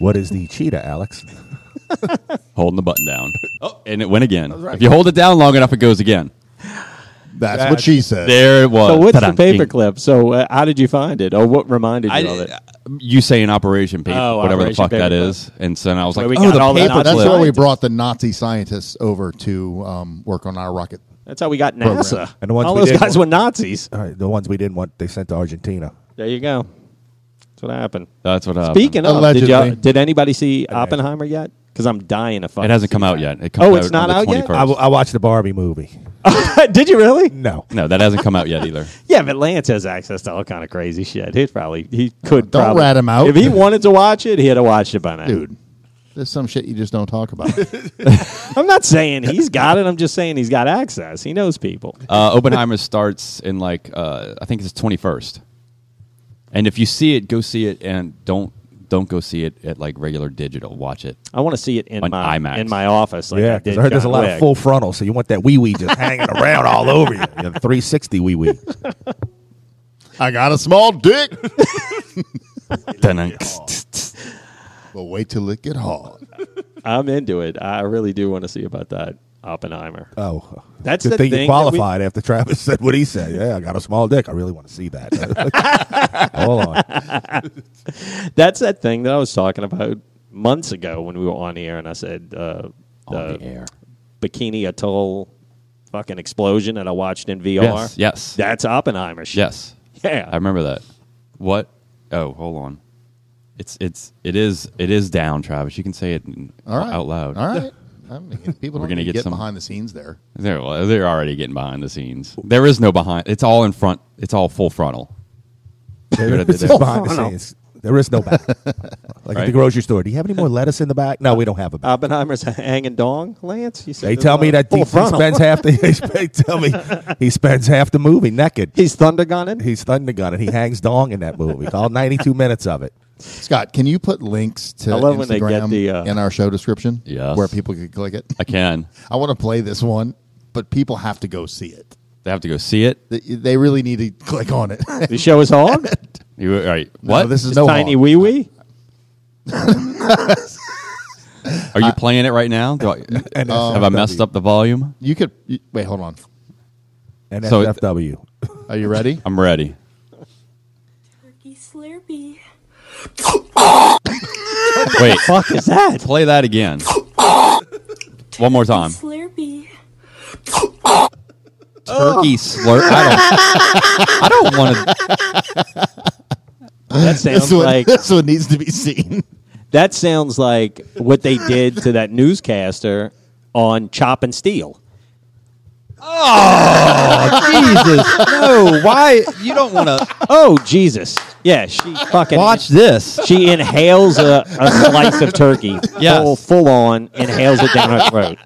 What is the cheetah, Alex?
holding the button down. Oh, and it went again. If you hold it down long enough, it goes again.
That's, what she said.
There it was.
So what's the
Ta-dam.
paperclip? So uh, how did you find it, or what reminded you
I, uh,
of it?
you say an operation paper,
Oh,
whatever the
Operation
fuck that
Paperclip.
is, and so then I was
Where
like,
we
oh,
got
the
all the
paper
That's
Nazi-
why
clip.
we brought the Nazi scientists over to um, work on our rocket.
That's how we got NASA.
And the ones
All
we
those
did
guys
were-
were Nazis.
All right, the ones we didn't want, they sent to Argentina.
There you go. That's what happened.
"Oh, That's what uh, happened.
Speaking of, did, y'all-
Allegedly.
did anybody see Oppenheimer yet? Because I'm dying to fucking.
it hasn't
see
come out
that.
yet. It comes
Oh, it's
on
not
the
out yet.
21st.
I, w- I watched the Barbie movie.
did you really?
No,
no, that hasn't come out yet either.
Yeah, but Lance has access to all kind of crazy shit. He'd probably he could.
Don't
probably-
rat him out.
If he wanted to watch it, he'd have watched it by now.
Dude, there's some shit you just don't talk about.
I'm not saying he's got it. I'm just saying he's got access. He knows people.
Uh, Oppenheimer starts in like uh, I think it's twenty first, and if you see it, go see it, and don't don't go see it at like regular digital. Watch it.
I want to see it in
On
my
IMAX.
in my office. Like
yeah,
I,
because
did
I heard there's a
John
lot
Wick.
of full frontal, so you want that wee wee just hanging around all over you. You have 360 wee wee.
I got a small dick,
Dun-dun.
but wait till it get hard.
I'm into it. I really do want to see about that Oppenheimer.
Oh,
That's
good
the
thing,
thing
you
that we-
qualified after Travis said what he said. Yeah, I got a small dick. I really want to see that. Hold on.
That's that thing that I was talking about months ago when we were on the air, and I said uh,
On
Oh,
the air.
Bikini Atoll fucking explosion that I watched in VR.
Yes, yes.
That's Oppenheimer shit.
Yes,
Yeah.
I remember that. What? Oh, hold on. It's it's it is it is down, Travis. You can say it
All right.
out loud.
All right. I mean, people
We're
don't
gonna
even
get
get,
some-
behind the scenes there.
They're well, they're already getting behind the scenes. There is no behind. It's all in front. It's all full frontal.
There
Good
is
idea.
behind
Oh,
the scenes. There is no back. Like at
Right.
the grocery store, do you have any more lettuce in the back? No, we don't have a
Uh,
back.
Oppenheimer's hanging dong, Lance. You said
They
there's
tell
a
me that
full
he, he
frontal.
spends half the. They tell me he spends half the movie naked.
He's thunder gunning.
He's thunder gun and he hangs dong in that movie. All 92 minutes of it.
Scott, can you put links to
I love
Instagram
when they get the, uh,
in our show description?
Yes.
Where people can click it.
I can.
I want to play this one, but people have to go see it.
They have to go see it.
They, they really need to click on it.
The show is on.
You, all right.
No,
What?
this is
It's
no
tiny
harm.
wee wee.
Are you playing it right now? Do I, have I messed up the volume?
You could you- wait. Hold on.
And
So-
FFW.
Are you ready?
I'm ready.
Turkey Slurpee.
Wait.
Fuck is that?
play that again. One more time.
Slurpee.
Turkey slur. I don't. I don't want to.
That sounds
This one,
like
this one needs to be seen.
That sounds like what they did to that newscaster on Chop and Steal.
Jesus. No. Why? You don't want to
Oh Jesus! Yeah, she fucking
watch this.
She inhales a, a slice of turkey.
Yes.
Full, full on inhales it down her throat.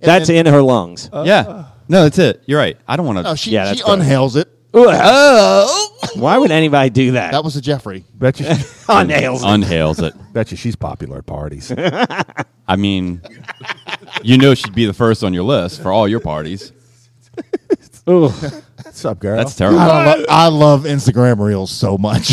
That's in her lungs.
Yeah. No, that's it. You're right. I don't want to.
No, she
Yeah,
she
that's good.
unhails it.
Why would anybody do that? Oh,
That was a Jeffrey.
Bet you,
Unhails it.
Unhails it.
bet you she's popular at parties.
I mean, you know she'd be the first on your list for all your parties.
Ooh.
What's up, girl?
That's
I,
terrible.
don't lo- I love Instagram Reels so much.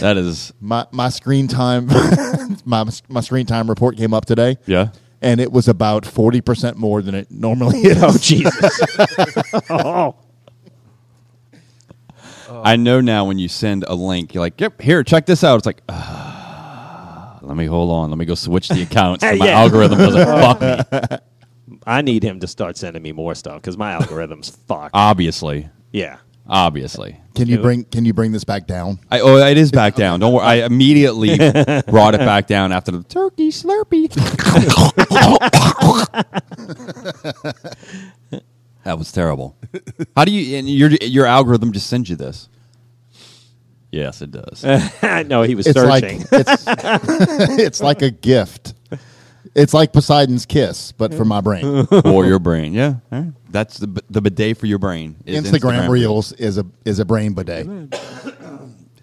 That is.
my my screen time, my my screen time report came up today.
Yeah.
and it was about forty percent more than it normally is.
Oh Jesus! oh.
I know now when you send a link, you're like, "Yep, here, check this out." It's like, ah, let me hold on, let me go switch the accounts. so my
Yeah.
algorithm doesn't fuck me. Uh,
I need him to start sending me more stuff because my algorithm's fucked.
Obviously,
yeah.
obviously.
Can you bring Can you bring this back down?
I, oh, it is back down. Don't worry. I immediately brought it back down after the turkey slurpee. that was terrible. How do you? And your your algorithm just sends you this. Yes, it does.
no, he was
It's
searching.
like it's, it's like a gift. It's like Poseidon's kiss, but for my brain.
or your brain. Yeah, All right. that's the b- the bidet for your brain. is
Instagram Reels is a is a brain bidet.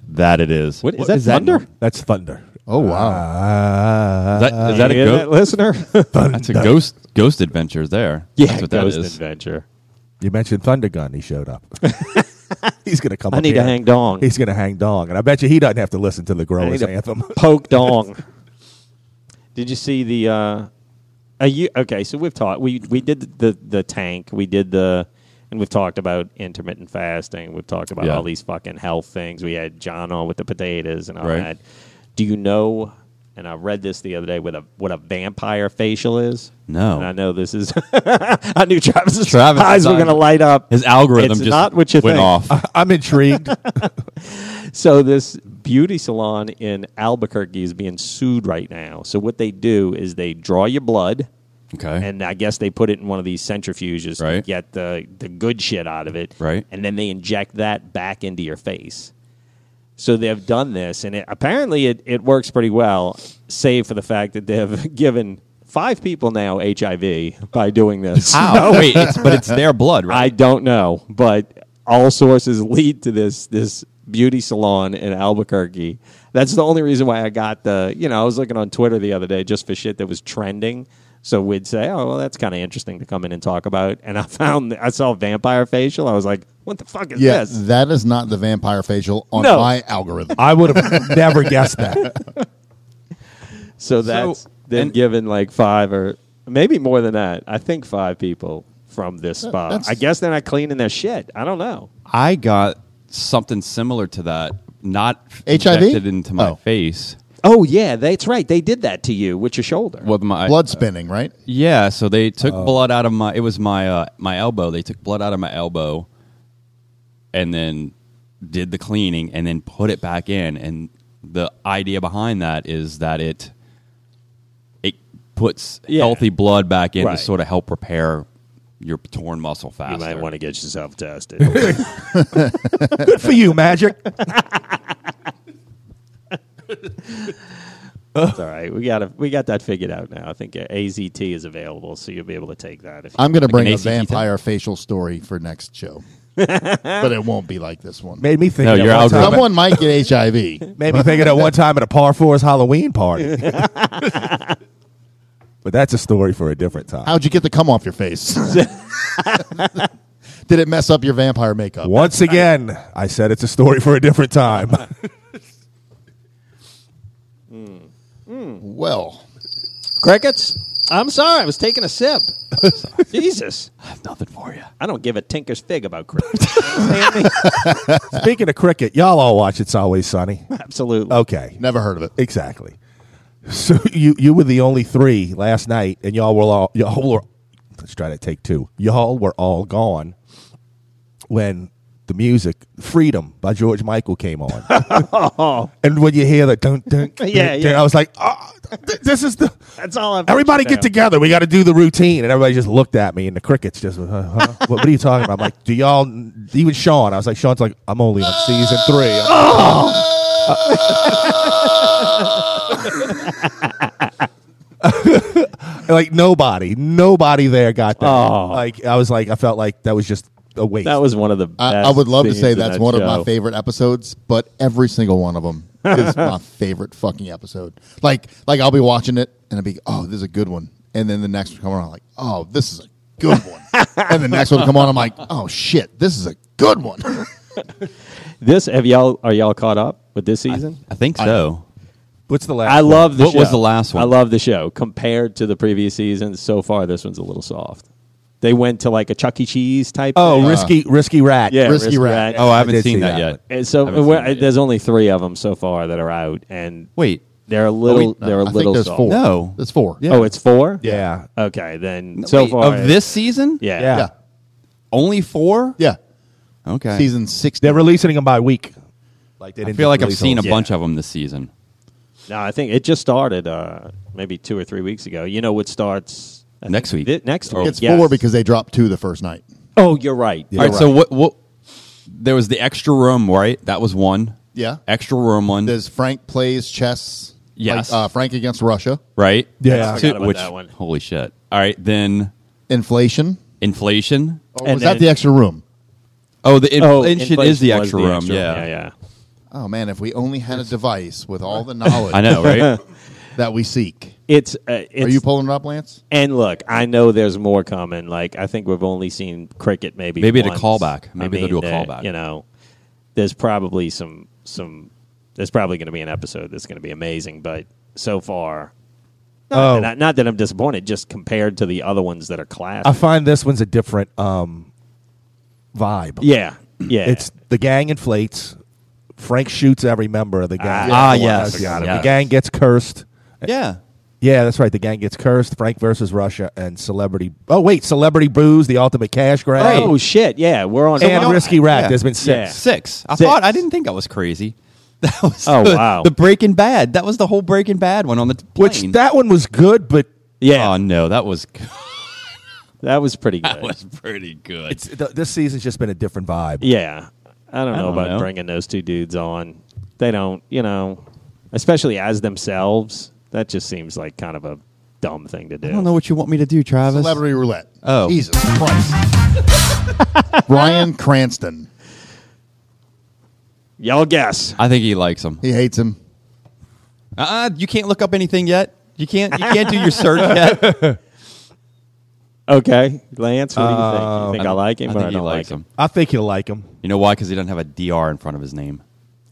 That it is.
What, is that thunder?
That's thunder. Uh,
Oh
Uh,
wow!
Is that, is that a
You hear
ghost?
listener?
That's a ghost ghost adventure there.
yeah,
that's what
ghost
that is.
adventure.
You mentioned Thunder Gun. He showed up. He's gonna come.
I
up
need to
here.
hang dong.
He's gonna hang dong, and I bet you he doesn't have to listen to the
I need
growers
to
anthem.
poke dong. Did you see the? Uh, uh, you, okay, so we've talked. We we did the the tank. We did the, and we've talked about intermittent fasting. We've talked about
Yeah.
all these fucking health things. We had John on with the potatoes and all
Right.
that. Do you know? And I read this the other day. What a what a vampire facial is.
No.
and I know this is. I knew Travis's
Travis
eyes were
decided-
going to light up.
His algorithm
It's
just
not what you
went
think.
off.
I'm intrigued.
So this beauty salon in Albuquerque is being sued right now. So what they do is they draw your blood,
Okay.
and I guess they put it in one of these centrifuges to
Right.
get the the good shit out of it,
Right.
And then they inject that back into your face. So they've done this, and it, apparently it, it works pretty well, save for the fact that they've given five people now HIV by doing this.
How? Wait, it's, but it's their blood,
I
right?
don't know, but all sources lead to this this beauty salon in Albuquerque. That's the only reason why I got the you know I was looking on Twitter the other day just for shit that was trending. So we'd say, oh well, that's kind of interesting to come in and talk about. And I found I saw vampire facial. I was like, what the fuck is
Yeah,
this?
that is not the vampire facial on
No.
my algorithm.
I would have never guessed that.
So that's
So-
then
and-
given like five or maybe more than that. I think five people from this spot.
that's-
I guess they're not cleaning their shit. I don't know.
I got something similar to that, not
HIV?
injected into my
Oh.
face.
Oh yeah, that's right. They did that to you with your shoulder.
With my
Blood spinning, right?
Yeah, so they took blood out of my. It was my uh, my elbow. They took blood out of my elbow, and then did the cleaning, and then put it back in. And the idea behind that is that it it puts
Yeah.
healthy blood back in
Right.
to sort of help repair your torn muscle faster.
You might want to get yourself tested.
Good for you, Magic.
It's all right. We got we got that figured out now. I think uh, AZT is available, so you'll be able to take that. If you,
I'm going to bring
an
a
ACT test?
vampire facial story for next show, but it won't be like this one.
Made me think.
No,
at
your
one time-
Someone might get HIV.
Made me think of that one time at a par fours Halloween party. but that's a story for a different time.
How'd you get the cum off your face? Did it mess up your vampire makeup?
Once again, I said it's a story for a different time.
Well, Uh,
crickets. I'm sorry. I was taking a sip. Jesus,
I have nothing for you.
I don't give a tinker's fig about crickets. Andy?
Speaking of cricket, y'all all watch It's Always Sunny.
Absolutely.
Oh.
Okay.
never heard of it.
Exactly. So you you were the only three last night, and y'all were all y'all were. Let's try to take two. Y'all were all gone when the music "Freedom" by George Michael came on, and when you hear the dun, dun, dun,
Yeah,
dun,
yeah.
I was like, oh, th- "This is the."
That's all I've.
Everybody
written
get together. We got to do the routine, and everybody just looked at me, and the crickets just. Uh, huh? what, what are you talking about? I'm like, do y'all? Even Sean, I was like, Sean's like, I'm only on season three. I'm like, like nobody, nobody there got that.
Oh.
Like I was like, I felt like that was just a waste.
down. That was one of the.
I,
best
I would love to
scenes
say
in
that's
that
one of
show.
my favorite episodes, but every single one of them is my favorite fucking episode. Like, like I'll be watching it and I'll be, oh, this is a good one, and then the next one come on, I'm like, oh, this is a good one, and the next one come on, I'm like, oh shit, this is a good one.
This have y'all are y'all caught up with this season?
I think so.
What's the last?
I
one?
love the
What was
show.
the last one?
I love the show. Compared to the previous season, so far this one's a little soft. They went to like a Chuck E. Cheese type.
Oh,
thing.
risky, risky rat.
yeah,
Risky Rat.
Oh, I
I
haven't
did
seen
see
that,
that
yet.
And so
Haven't seen
we're-
that yet.
there's only three of them so far that are out, and
Wait,
they're a little.
wait, no,
they're a
I
little.
think there's
soft.
four.
No.
there's four.
Oh, it's four.
yeah,
Okay, then so
Wait,
far
of this season,
Oh, Yeah.
Yeah.
yeah,
only four.
yeah.
Okay.
Season 60.
They're releasing them by week. Like they
I
didn't
feel
just
like I've
release
seen a
all-
bunch of them this season.
No, I think it just started uh, maybe two or three weeks ago. You know what starts I
Next
think
week.
thi- next
Or-
week.
It's
yes.
four because they dropped two the first night.
Oh, you're right.
All right, So what? What? There was the extra room, right? That was one.
Yeah.
Extra room one.
There's Frank plays chess.
Yes.
like, uh, Frank against Russia.
right.
Yeah. I
forgot about that one.
Holy shit! All right, then
Inflation.
inflation.
Or
And
was that
then-
the extra room?
Oh, the
Oh,
inflation is the
was
extra room. yeah.
yeah, yeah.
Oh man, if we only had a device with all the knowledge
I know, right?
that we seek.
It's uh, it's
Are you pulling it up, Lance?
and look, I know there's more coming. Like I think we've only seen cricket maybe
Maybe the
once.
callback. Maybe
I
they'll
mean,
do a
uh,
callback.
You know, there's probably some some. There's probably going to be an episode that's going to be amazing, but so far. Not,
Oh.
that I, not that I'm disappointed, just compared to the other ones that are classic.
I find this one's a different um, vibe.
yeah, yeah.
It's the gang inflates. Frank shoots every member of the gang.
Ah, yes,
Forgot it.
yes.
The gang gets cursed.
yeah.
Yeah, that's right. The gang gets cursed. Frank versus Russia and celebrity. Oh wait, celebrity booze, the ultimate cash grab,
oh shit, yeah. We're on
and
we're on-
risky rack.
yeah.
There's been six.
Six. I
Six.
thought I didn't think I was crazy. That was
Oh,
the,
wow.
the Breaking Bad. That was the whole Breaking Bad one on the plane.
Which that one was good, but
Yeah,
Oh no, that was
that was pretty good.
that was pretty good.
it's, th- this season's just been a different vibe.
Yeah, I don't know
don't
about
know.
bringing those two dudes on. They don't, you know, especially as themselves. That just seems like kind of a dumb thing to do.
I don't know what you want me to do, Travis.
Celebrity roulette.
Oh.
Jesus Christ! Ryan Cranston.
Y'all guess.
I think he likes him.
He hates him.
Uh, you can't look up anything yet. You can't. You can't do your search yet.
Okay, Lance, what do you think? You think I, like him
I
or I
think he
don't
likes
like him?
him.
I think you'll like him.
You know why? Because he doesn't have a dr in front of his name.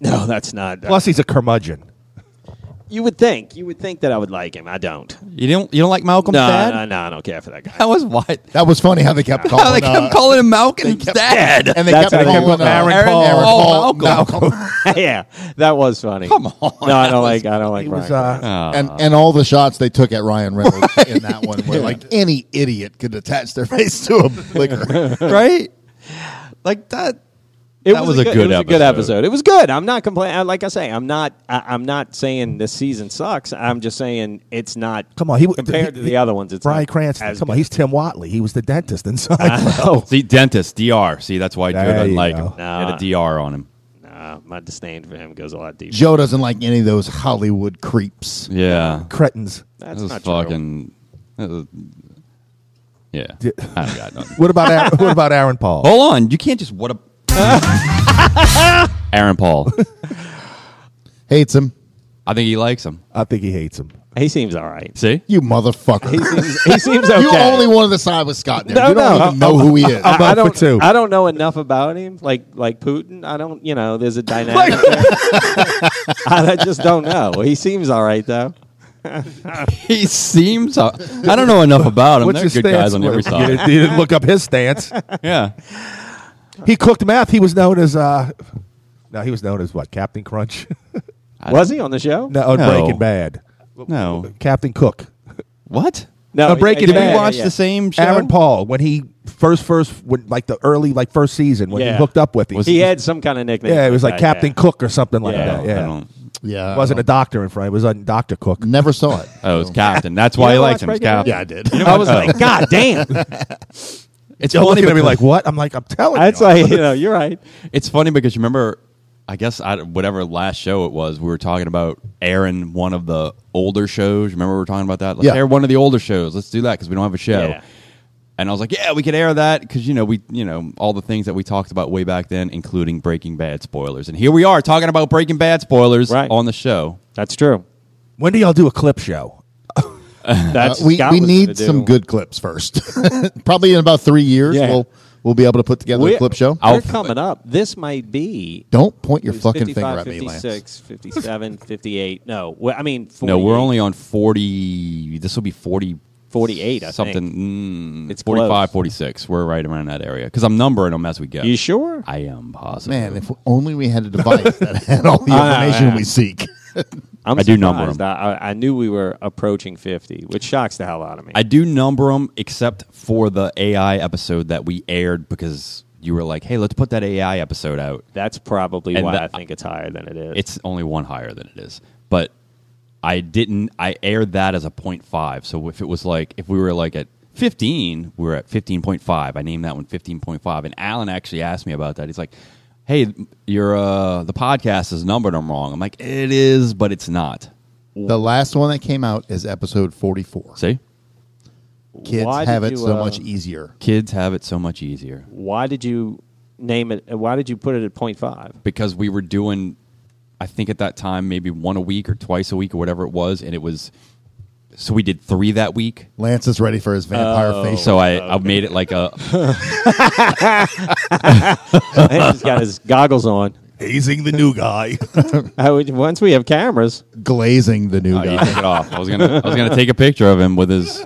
No, that's not. uh,
Plus, he's a curmudgeon.
you would think. You would think that I would like him. I don't.
You don't. You don't like Malcolm's
No,
dad?
no, no, I don't care for that guy.
That was what.
That was funny how they kept calling.
How they kept
uh,
calling him Malcolm's dad.
and they
That's
kept
how they
calling
kept
uh,
Aaron
Aaron
Paul.
Paul,
Oh, Malcolm.
Malcolm.
yeah, that was funny.
Come on,
No, I don't like. I don't like.
He was.
Brian.
Uh,
and and all the shots they took at Ryan Reynolds in that one where like any idiot could attach their face to a blicker.
right? Like that.
It
That was a
it
good
was a
episode.
good episode. It was good. I'm not complaining. Like I say, I'm not. I, I'm not saying this season sucks. I'm just saying it's not.
Come on, he w-
compared to
he-
the other ones, it's
Brian
not
Cranston.
as
Come on,
good.
he's Tim Watley. He was the dentist inside.
Oh
See, dentist, dr. See, that's why Joe
There
doesn't
you
like him.
go.
He Had a dr on him.
nah, my disdain for him goes a lot deeper.
Joe doesn't like any of those Hollywood creeps.
Yeah,
Cretins.
that
That's
was
not true.
fucking. that was- yeah, I don't got nothing.
What about Aaron, what about Aaron Paul?
Hold on, you can't just what a. Aaron Paul.
Hates him.
I think he likes him.
I think he hates him.
He seems all right.
See,
You motherfucker.
He seems, he seems okay.
You only wanted to side with Scott there.
No,
you don't
no. Uh,
even know who he is.
I'm
I
up
don't.
for two.
I don't know enough about him. Like like Putin. I don't. You know, there's a dynamic. there. I, I just don't know. He seems all right though.
he seems. uh, I don't know enough about him.
What's
They're
his
good
stance?
guys on every
You didn't-
side.
you didn't look up his stance.
Yeah,
He cooked meth. He was known as uh, no, he was known as what? Captain Crunch?
Was he on the show?
no, on
No.
Breaking Bad.
no.
Captain Cook.
What?
No,
On Breaking
yeah,
Bad.
yeah,
You watch
yeah.
the same show.
Aaron Paul when he first first when like the early like first season when
Yeah.
he hooked up with him.
He had some kind of nickname.
yeah, it was like
that,
Captain Cook or something like
Yeah.
I
that.
don't-
Yeah,
I don't-
yeah.
It wasn't a doctor in front. It was a Doctor Cook.
Never saw it. Uh,
Oh, it's Captain. That's why
You
he
know
likes
what's
him. It's
regular?
Captain.
Yeah, I did.
I was like, God damn.
It's
Y'all
funny
looking at me
because-
like what? I'm like I'm telling
That's
you.
like you know. You're right.
It's funny because you remember, I guess I, whatever last show it was, we were talking about airing one of the older shows. Remember we were talking about that? Let's
Yeah.
air one of the older shows. Let's do that because we don't have a show.
Yeah.
And I was like, yeah, we could air that because you know we, you know, all the things that we talked about way back then, including Breaking Bad spoilers. And here we are talking about Breaking Bad spoilers
Right.
on the show.
That's true.
when do y'all do a clip show?
That's
Uh, we
Scott
we
was
need
gonna do.
some good clips first. Probably in about three years,
Yeah.
we'll we'll be able to put together
We're-
a clip show.
We're coming up. This might be.
Don't point your
it was
fucking
55,
finger at me, Lance.
56, 57, 58. No, we- I mean, 48,
No, we're only on forty. This will be forty.
48, I
something.
think.
Mm,
It's
it's 45,
close.
46. We're right around that area because I'm numbering them as we go.
You sure?
I am positive.
Man, if only we had a device that had all the
I know,
information
yeah.
we seek.
I'm
I do number
surprised.
them.
I, I- I knew we were approaching 50, which shocks the hell out of me.
I do number them except for the AI episode that we aired because you were like, hey, let's put that AI episode out.
That's probably
And
why
the-
I think it's higher than it is.
It's only one higher than it is. But I didn't, I aired that as a 0.5. So if it was like, if we were like at 15, we were at 15.5. I named that one 15.5. And Alan actually asked me about that. He's like, hey, your, uh, the podcast is numbered I'm wrong. I'm like, it is, but it's not.
The last one that came out is episode 44.
See?
Kids
Why
have it
did you,
so
uh,
much easier.
Kids have it so much easier.
Why did you name it? Why did you put it at 0.5?
because we were doing i think at that time maybe one a week or twice a week or whatever it was and it was so we did three that week
Lance is ready for his vampire
Oh.
face.
so I, I made it like a
He's got his goggles on.
Hazing the new guy.
I would, once we have cameras,
glazing the new
oh, you
guy.
took it off. I was gonna I was gonna take a picture of him with his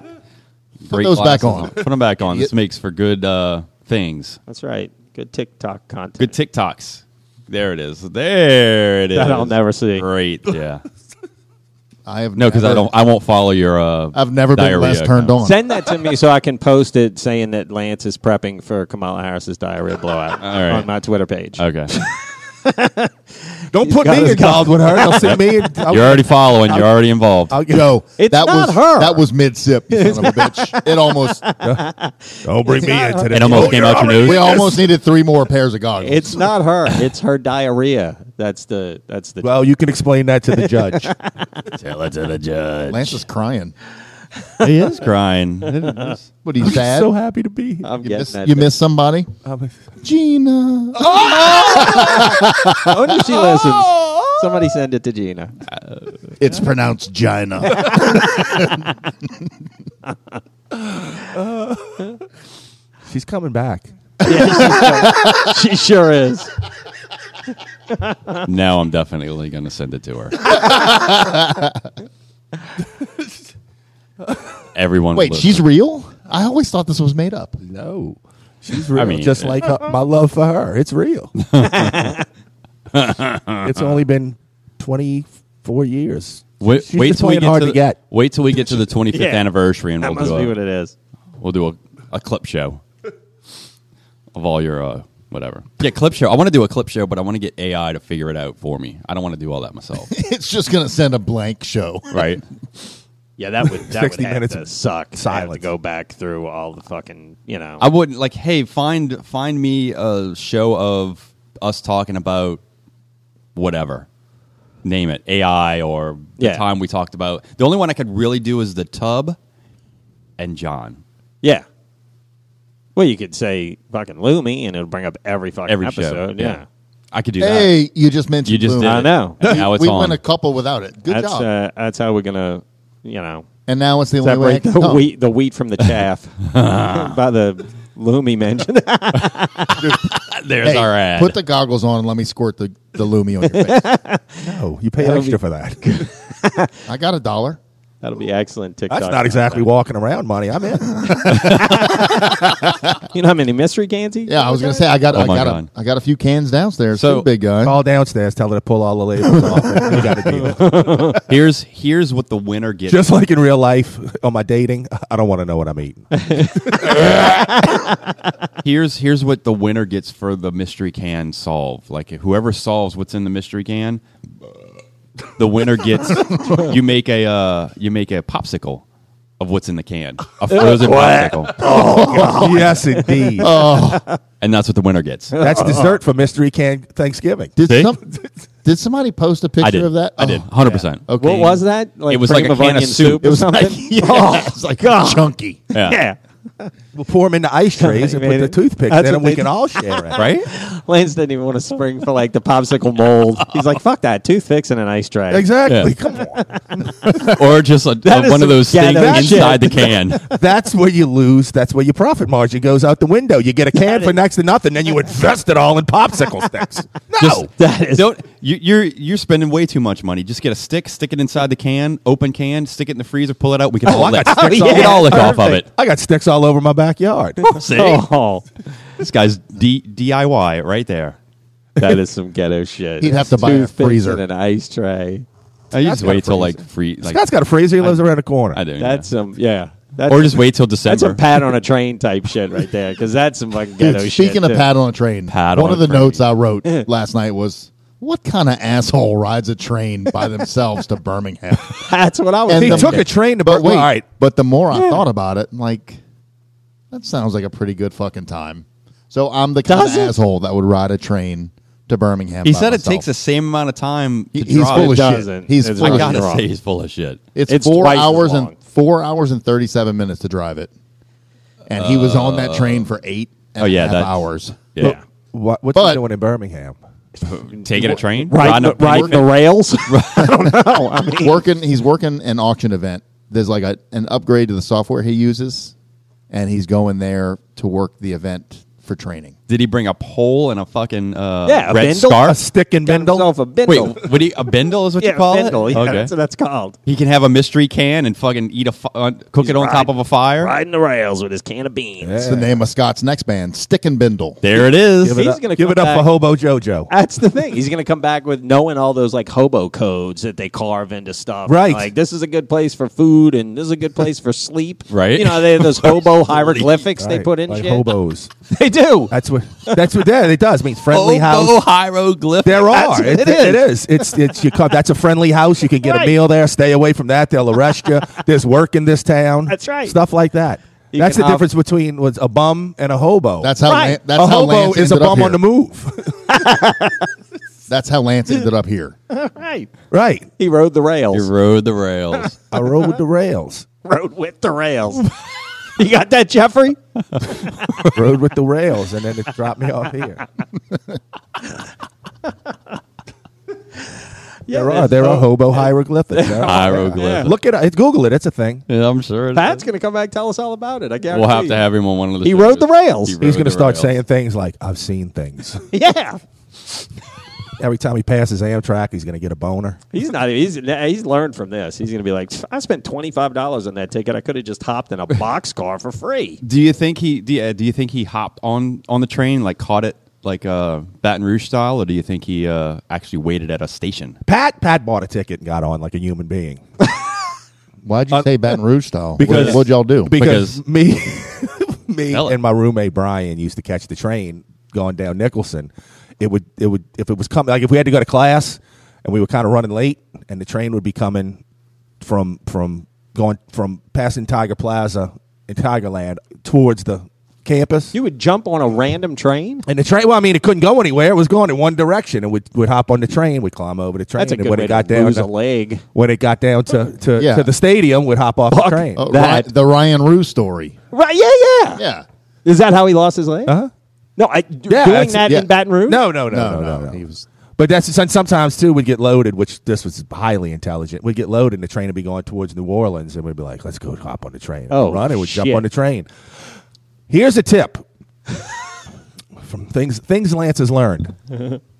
great
those back
glasses
on.
Put them back on. This
Idiot.
makes for good uh, things.
that's right. Good TikTok content.
Good TikToks. There it is. There it is.
That I'll never see.
Great. Yeah.
I have
No, because I
never-
don't. I won't follow your. Uh,
I've never been
diarrhea
less turned
account.
on.
Send that to me so I can post it saying that Lance is prepping for Kamala Harris's diarrhea blowout
right.
on my Twitter page.
Okay.
Don't put
got
me
his
involved with her. They'll see me. And,
You're already following. You're already involved.
I'll, I'll,
Yo,
It's
that
not
was
her.
that was mid sip, son of a bitch. It almost
don't bring me into this.
It almost
Oh,
came
you're
out your
already-
nose.
we almost needed three more pairs of goggles.
It's not her. It's her diarrhea. That's the that's the
Well, you can explain that to the judge.
Tell it to the judge.
Lance is crying.
he is crying. That's
What are you sad?
so happy to be here.
I'm
you
getting
miss,
that.
you
bit.
miss somebody,
I'm-
Gina.
I wonder if Oh, she listens. Somebody send it to Gina.
It's pronounced Gina.
She's coming back.
She sure is.
now I'm definitely going to send it to her. Everyone.
Wait,
will
she's
listen.
real. I always thought this was made up.
No, she's real.
mean,
just
uh,
like her, my love for her, it's real. it's only been twenty four years.
Wait,
She's
wait
just
till we
playing
get
hard
to
to,
the,
get.
Wait till we get to the 25th
Yeah.
anniversary, and
That
we'll
must
do
be what
a,
it is.
we'll do a, a clip show of all your uh, whatever. Yeah, clip show. I want to do a clip show, but I want to get AI to figure it out for me. I don't want to do all that myself.
It's just gonna send a blank show.
right.
Yeah, that would that
60
would have
minutes
to
of
suck. I have to
silence.
go back through all the fucking you know.
I wouldn't like. Hey, find find me a show of us talking about whatever. Name it AI or the
Yeah.
time we talked about. The only one I could really do is the tub and John.
yeah. Well, you could say fucking Loomy, and it'll bring up every fucking
Every
episode.
show,
Yeah.
I could do that.
Hey, you just mentioned
You just
Boone.
did.
I
it.
know.
And now it's
we
on.
went a couple without it. Good
that's
job.
uh, that's how we're gonna you know
and now it's the only way. I
separate
can
the
come.
wheat the wheat from the chaff by the Loomy mention.
Uh, There's
Hey,
our ad.
Put the goggles on and let me squirt the, the Lumi on your face.
No, Oh, you pay extra for that.
I got a dollar.
That'll be excellent TikTok.
That's not exactly walking around money. I'm in.
You know how many mystery cans he?
Yeah, I was gonna say I got
Oh
I
my
got
God.
a, I got a few cans downstairs.
So-
too, big guy.
Call downstairs, tell her to pull all the labels off. and You got to deal.
here's here's what the winner gets.
Just like in real life, on my dating, I don't want to know what I'm eating.
here's here's what the winner gets for the mystery can solve. Like whoever solves what's in the mystery can, the winner gets. you make a uh, you make a popsicle of what's in the can, a frozen popsicle,
yes, indeed.
and that's what the winner gets.
That's dessert for mystery can Thanksgiving.
Did
See?
some did somebody post a
I
picture
did.
of that?
I did.
Oh,
Hundred percent.
Okay.
What was that? Like
It was like
cream
a
of
can of
onion
soup. Oh,
or
It was
something.
like yeah, it's like chunky.
Yeah.
yeah.
We'll pour them into ice trays and
Made
put the
it.
toothpicks
That's
in
what
them. We
they
can
do.
all share it.
Right.
Lance didn't even want to spring for like the popsicle mold. He's like, "Fuck that, toothpicks and an ice tray."
Exactly.
Yeah.
Come on.
Or just a,
That
a-
is
one of
some
those things
ghetto shit.
inside the can.
That's where you lose. That's where your profit margin goes out the window. You get a can for next to nothing, then you invest it all in popsicle sticks. No.
Just-
That is-
don't you, you're you're spending way too much money. Just get a stick, stick it inside the can, open can, stick it in the freezer, pull it out. We can
Oh,
all
I
lick.
got sticks
we
all-
can all lick off of it.
Perfect.
I got sticks all over my backyard.
See?
Oh,
This guy's D- DIY right there.
that is some ghetto shit.
He'd have to buy a
Toothpicks
freezer.
and an ice tray.
I just
got a
wait till
freezer.
like free. Like
Scott's got a freezer. He lives around the corner.
I do.
That's
That's
some yeah. That's,
Or just wait till December.
that's a pat on a train type shit right there, because that's some fucking ghetto
Dude,
shit.
speaking of
too.
pad on a train,
Pad
one
on
of
a
the
train.
notes I wrote last night was, "What kind of asshole rides a train by themselves to Birmingham?"
that's what I was.
And
He
the-
thinking.
took a train to
But
Bur-
wait,
All right.
but the more I thought about it, I'm like that sounds like a pretty good fucking time. So I'm the kind
Does
of
it?
asshole that would ride a train to Birmingham.
He
by
said it
myself.
takes the same amount of time to
He- he's
drive.
full of
It
shit.
doesn't.
He's
It's
full
I
of
gotta
shit.
say he's full of shit.
It's,
It's
four
twice as
hours
long.
and four hours and thirty seven minutes to drive it, and he was on that
Uh,
train for eight and
oh, yeah,
a half
that's-
hours.
Yeah.
What, what's
But-
he doing in Birmingham?
Taking a train?
right,
Riding
the,
a-
right the rails. I don't know. Oh, I mean,
working, he's working an auction event. There's like a, an upgrade to the software he uses, and he's going there to work the event for training.
Did he bring a pole and a fucking uh,
Yeah, a
red
bindle.
scarf?
A stick and
got
bindle?
himself a bindle.
Wait, would he, a bindle is what
yeah,
you call
bindle.
it?
Yeah,
Okay.
that's what that's called.
He can have a mystery can and fucking eat a fu- uh, cook it on top
riding-
of a fire.
Riding the rails with his can of beans.
It's the name of Scott's next band, Stick and Bindle.
There it is.
Give it
He's-
up. gonna
Give
come
it up for
back.
Hobo JoJo.
That's the thing. He's going to come back with knowing all those like hobo codes that they carve into stuff.
Right.
Like this is a good place for food and this is a good place for sleep.
Right.
You know, they have those hobo hieroglyphics they
Right,
put in
like
shit.
hobos.
They do.
That's what. That's what. Yeah, it does. I mean, friendly house.
Hobo hieroglyph.
There
That's
are.
what
It,
it
it is. It's it's you come. That's a friendly house. You can get a
Right.
meal there. Stay away from that. They'll arrest you. There's work in this town.
That's right.
Stuff like that.
You
that's
can
the
hop-
difference between was a bum and a hobo.
That's how
Right.
Lan- that's
a
how
hobo
Lance
is a
ended up
bum on
here.
the move.
That's how Lance ended up here.
Right.
right.
He rode the rails.
He rode the rails.
I rode with the rails.
rode with the rails. you got that, Jeffrey?
rode with the rails, and then it dropped me off here. There are there are hobo hieroglyphics. There are.
hieroglyph.
Look it. up. It's Google it. It's a thing.
Yeah, I'm sure. it
Pat's
is.
going to come back and tell us all about it. I guarantee
We'll have
you.
to have him on one of the.
He rode
shows.
the rails.
He rode
He's going
the
to start
rails.
saying things like "I've seen things."
Yeah.
Every time he passes Amtrak, he's going to get a boner.
He's not. He's he's learned from this. He's going to be like, I spent twenty five dollars on that ticket. I could have just hopped in a box car for free.
Do you think he? Do you, uh, do you think he hopped on on the train like caught it like uh, Baton Rouge style, or do you think he uh, actually waited at a station?
Pat Pat bought a ticket and got on like a human being
Why'd you
Uh,
say Baton Rouge style?
because-
what, would y'all do?
because, me me
Tell it.
and my roommate Brian used to catch the train going down Nicholson. It would it would if it was coming like if we had to go to class and we were kind of running late and the train would be coming from from going from passing Tiger Plaza and Tigerland towards the campus.
You would jump on a random train.
And the train, well, I mean, it couldn't go anywhere. It was going in one direction. And we'd, we'd hop on the train, we'd climb over the train.
That's a
and
good
when
way
it got
to
down
lose
to-
a leg.
When it got down to, to,
Yeah.
to the stadium, we'd hop off
Fuck.
the train.
Uh, Ry-
that-
the Ryan Rue story.
Right? Yeah, yeah.
Yeah.
Is that how he lost his leg?
Uh-huh.
No, I d-
Yeah,
doing
that's-
that
yeah.
in Baton Rouge.
No, no, no,
No,
no, no.
no,
no.
he was-
But that's and sometimes too we'd get loaded, which this was highly intelligent. We'd get loaded, and the train would be going towards New Orleans, and we'd be like, "Let's go hop on the train." And
Oh,
run, and we'd jump
shit.
on the train. Here's a tip from things things Lance has learned: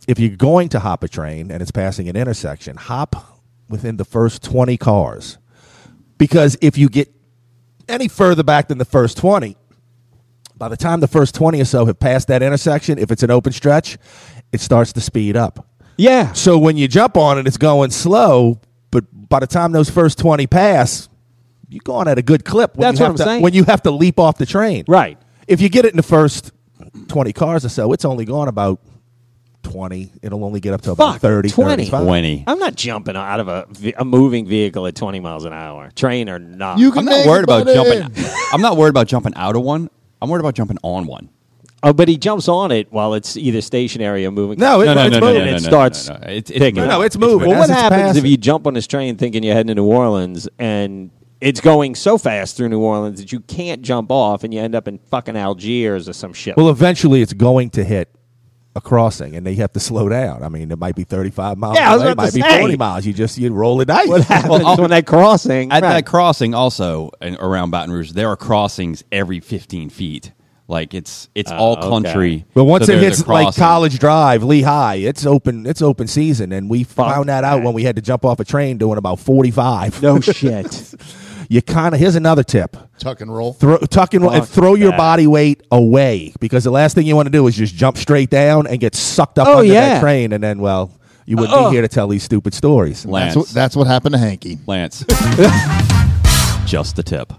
if you're going to hop a train and it's passing an intersection, hop within the first twenty cars, because if you get any further back than the first twenty, by the time the first 20 or so have passed that intersection, if it's an open stretch, it starts to speed up.
Yeah.
So when you jump on it, it's going slow, but by the time those first 20 pass, you're going at a good clip. When
That's
you
what
have
I'm
to,
saying.
When you have to leap off the train.
Right.
If you get it in the first 20 cars or so, it's only going about 20. It'll only get up to about
Fuck,
30,
20.
35.
Twenty.
I'm not jumping out of a, ve- a moving vehicle at 20 miles an hour, train or not.
You
I'm
can
not worried about
anybody.
jumping. I'm not worried about jumping out of one. I'm worried about jumping on one.
oh, but he jumps on it while it's either stationary or moving.
No, it-
No, no,
it's
no, no,
moving.
no, no,
And
no,
it starts
no, no. It's, it's
picking
moving.
up.
No, it's moving.
Well, what
As it's
happens if
passing.
you jump on this train thinking you're heading to New Orleans and it's going so fast through New Orleans that you can't jump off and you end up in fucking Algiers or some shit?
Well, eventually it's going to hit a crossing, and they have to slow down. I mean, it might be thirty-five miles.
Yeah, I was
away, it
about
might
to
be
say.
forty miles. You just you roll the dice.
what happens
I'll-
when that crossing?
At
right.
that crossing, also and around Baton Rouge, there are crossings every 15 feet. Like it's it's all
okay.
country.
But once
So
it
there's a
hits like
crossing.
College Drive, Lehigh, it's open. It's open season, and we found that out
that.
when we had to jump off a train doing about forty-five.
no Oh, shit.
You kind of here's another tip:
Tuck and roll.
throw, tuck and, roll and
Fuck
throw your
that.
body weight away because the last thing you want to do is just jump straight down and get sucked up
Oh,
under
yeah.
that train, and then well, you wouldn't
Oh.
be here to tell these stupid stories.
Lance.
That's what, that's what happened to Hanky.
Lance. Just the tip.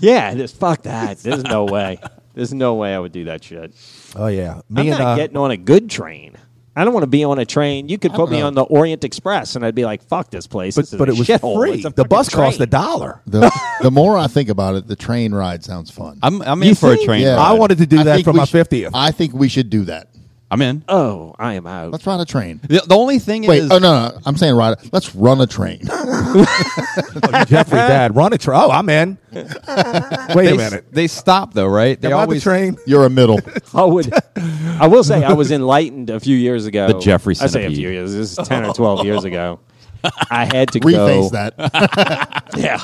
Yeah, just fuck that. There's no way. There's no way I would do that shit.
Oh yeah, me
I'm
and
not
uh,
getting on a good train. I don't want to be on a train. You could put me
know.
on the Orient Express, and I'd be like, "Fuck this place."
but
This is
but
a
it was
shithole.
free.
It's a
The bus
fucking
cost a
train."
dollar.
The, the more I think about it, the train ride sounds fun.
I'm I'm
You
in for a
think?
train
Yeah.
ride.
I wanted to do
I
that
think
for
we
my
sh-
fiftieth.
I think we should do that.
I'm in.
Oh, I am out.
Let's ride a train.
The, the only thing
Wait,
is,
oh no, no, I'm saying ride. A, let's run a train.
Oh, Jeffrey, Dad, run a train. Oh, I'm in. Wait
they,
a
s-
minute.
they stop though, right? They
Am I the
always
train?
You're a middle.
I would. I will say I was enlightened a few years ago.
The Jeffrey
I say a
centipede.
few years. This is ten or twelve years ago. I had to go.
Reface that.
Yeah,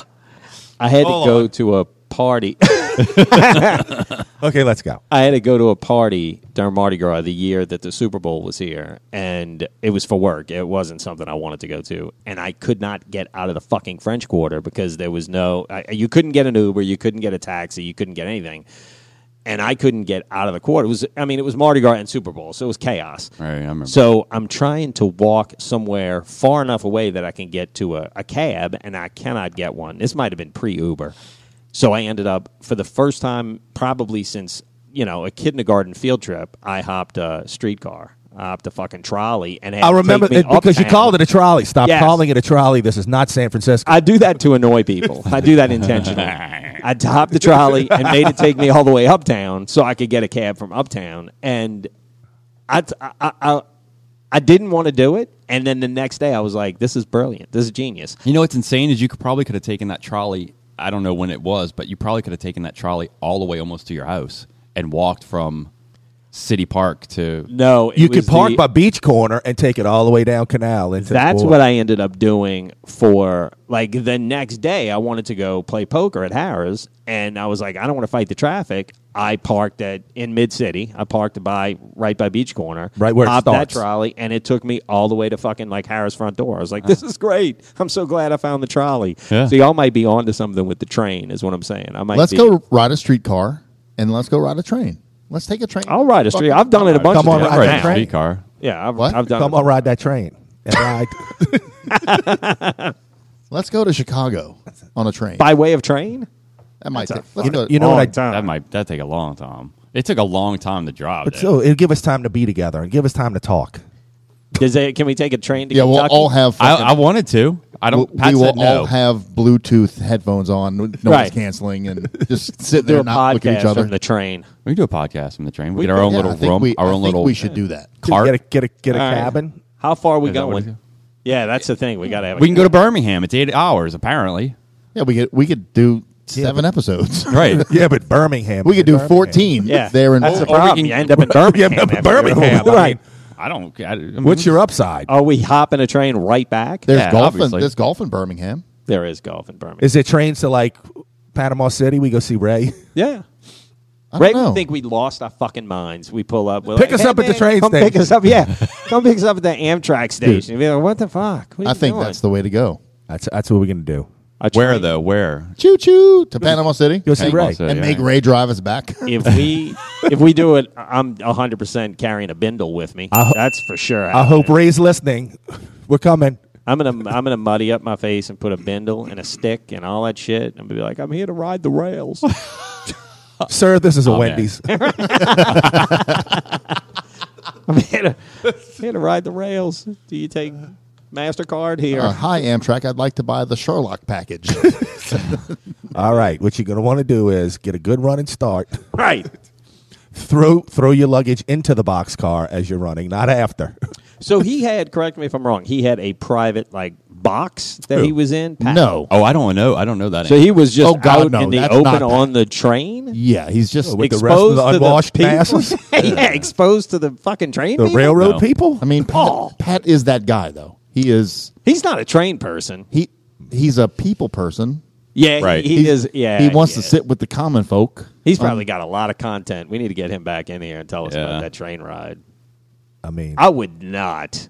I had
Hold
to go to a party.
Okay, let's go.
I had to go to a party during Mardi Gras the year that the Super Bowl was here, and it was for work. It wasn't something I wanted to go to, and I could not get out of the fucking French Quarter because there was no. I, you couldn't get an Uber, you couldn't get a taxi, you couldn't get anything, and I couldn't get out of the quarter. It was, I mean, it was Mardi Gras and Super Bowl, so it was chaos.
Right, I remember.
So I'm trying to walk somewhere far enough away that I can get to a, a cab, and I cannot get one. This might have been pre Uber. So I ended up, for the first time probably since, you know, a kindergarten field trip, I hopped a streetcar. I hopped a fucking trolley. and
I remember
it
it, because you called it a trolley. Stop
Yes.
calling it a trolley. This is not San Francisco.
I do that to annoy people. I do that intentionally. I hopped the trolley and made it take me all the way uptown so I could get a cab from uptown. And I, I, I, I didn't want to do it. And then the next day, I was like, "This is brilliant. This is genius."
You know what's insane is you could probably could have taken that trolley. I don't know when it was, but you probably could have taken that trolley all the way almost to your house and walked from City Park to.
No, it
you could
was
park
the-
by beach corner and take it all the way down canal. Into
That's what I ended up doing for like the next day. I wanted to go play poker at Harrah's, and I was like, I don't want to fight the traffic. I parked at in mid city. I parked by right by beach corner,
Right where it
hopped
starts.
that trolley, and it took me all the way to fucking like Harrah's front door. I was
Uh-huh.
like, this is great. I'm so glad I found the trolley.
Yeah.
So y'all might be onto something with the train, is what I'm saying. I might.
let's
be-
go ride a streetcar and let's go ride a train. Let's take a train.
I'll ride a street.
Fucking-
I've done it a bunch
Come
of
on,
times.
ride
now.
the train.
Streetcar.
Yeah, I've,
What?
I've done.
Come
it.
on, ride that train and ride.
Let's go to Chicago on a train.
by way of train.
That might. Take,
That's a
let's go.
you know
Long
what I-
Uh-huh.
time.
That might that take a long time. It took a long time to drive.
but
there.
so it'll give us time to be together and give us time to talk.
Does it, can we take a train to
yeah, we'll
Kentucky?
all have.
I,
fucking-
I wanted to. I don't.
we- we
Pat
will
said no.
all have Bluetooth headphones on, with noise
Right.
canceling, and just sit
do
there
a
and not look at each
podcast
other.
from the train.
we can do a podcast from the train. We, get our
could-
own
Yeah, I
little
think
room.
we-
our
I
own
think
little
we should do that.
cart.
Get a get a get a
All right.
cabin.
How far are we
Is that what it
going?
is?
Yeah, that's the thing. We got to have. a
We can go to Birmingham. It's eight hours apparently.
Yeah, we could we could do seven episodes.
Right.
Yeah, but Birmingham.
We could do
Birmingham.
fourteen.
Yeah,
there in
that's the
Or we
problem.
can-
you end up in Birmingham.
Yeah, but
after-
Birmingham, I
right? Mm-hmm. Oh.
mean-
I don't. I, I mean,
What's your upside?
Are we hopping a train right back?
there's
Yeah,
golf. In,
obviously.
there's golf in Birmingham.
there is golf in Birmingham.
Is there trains to like Panama City? We go see Ray.
yeah.
I
Right,
don't
we
know.
think we lost our fucking minds. We pull up. We're
Pick
like,
us
"Hey,
up at the
man,
train
come Pick
station."
us up, yeah. come pick us up at the Amtrak station. Be like, what the fuck? What are
I
you
think
doing?"
that's the way to go.
That's that's what we're gonna do.
A
where
train.
though? Where?
Choo choo to Panama City
Go see
Panama
Ray.
City.
and
Yeah,
make
yeah.
Ray drive us back.
If we if we do it, I'm 100 percent carrying a bindle with me. that's for sure.
I hope Ray's listening. We're coming.
I'm gonna I'm gonna muddy up my face and put a bindle and a stick and all that shit. I'm gonna be like, I'm here to ride the rails.
Sir, this is a
Aw, man.
Wendy's.
I'm here to, here to ride the rails. Do you take Mastercard here?
Uh, hi Amtrak, I'd like to buy the Sherlock package.
All right. What you're gonna want to do is get a good running start.
right.
Throw throw your luggage into the boxcar as you're running, not after.
So he had. Correct me if I'm wrong. He had a private like box that he was in. Pat.
no,
Oh, I don't know. I don't know that.
So he was just
Oh, God,
out
no,
in the
that's
open
not
on the train.
yeah, he's just.
With the rest of the unwashed
people.
masses?
yeah, exposed to the fucking train.
The
people?
railroad
No.
people.
I mean, Pat, Pat is that guy though. He is
He's not a train person.
he he's a people person.
Yeah,
Right.
He, he
He's-
is. Yeah,
he wants to
yeah.
sit with the common folk.
He's probably got a lot of content. We need to get him back in here and tell us
Yeah.
about that train ride.
I mean,
I would not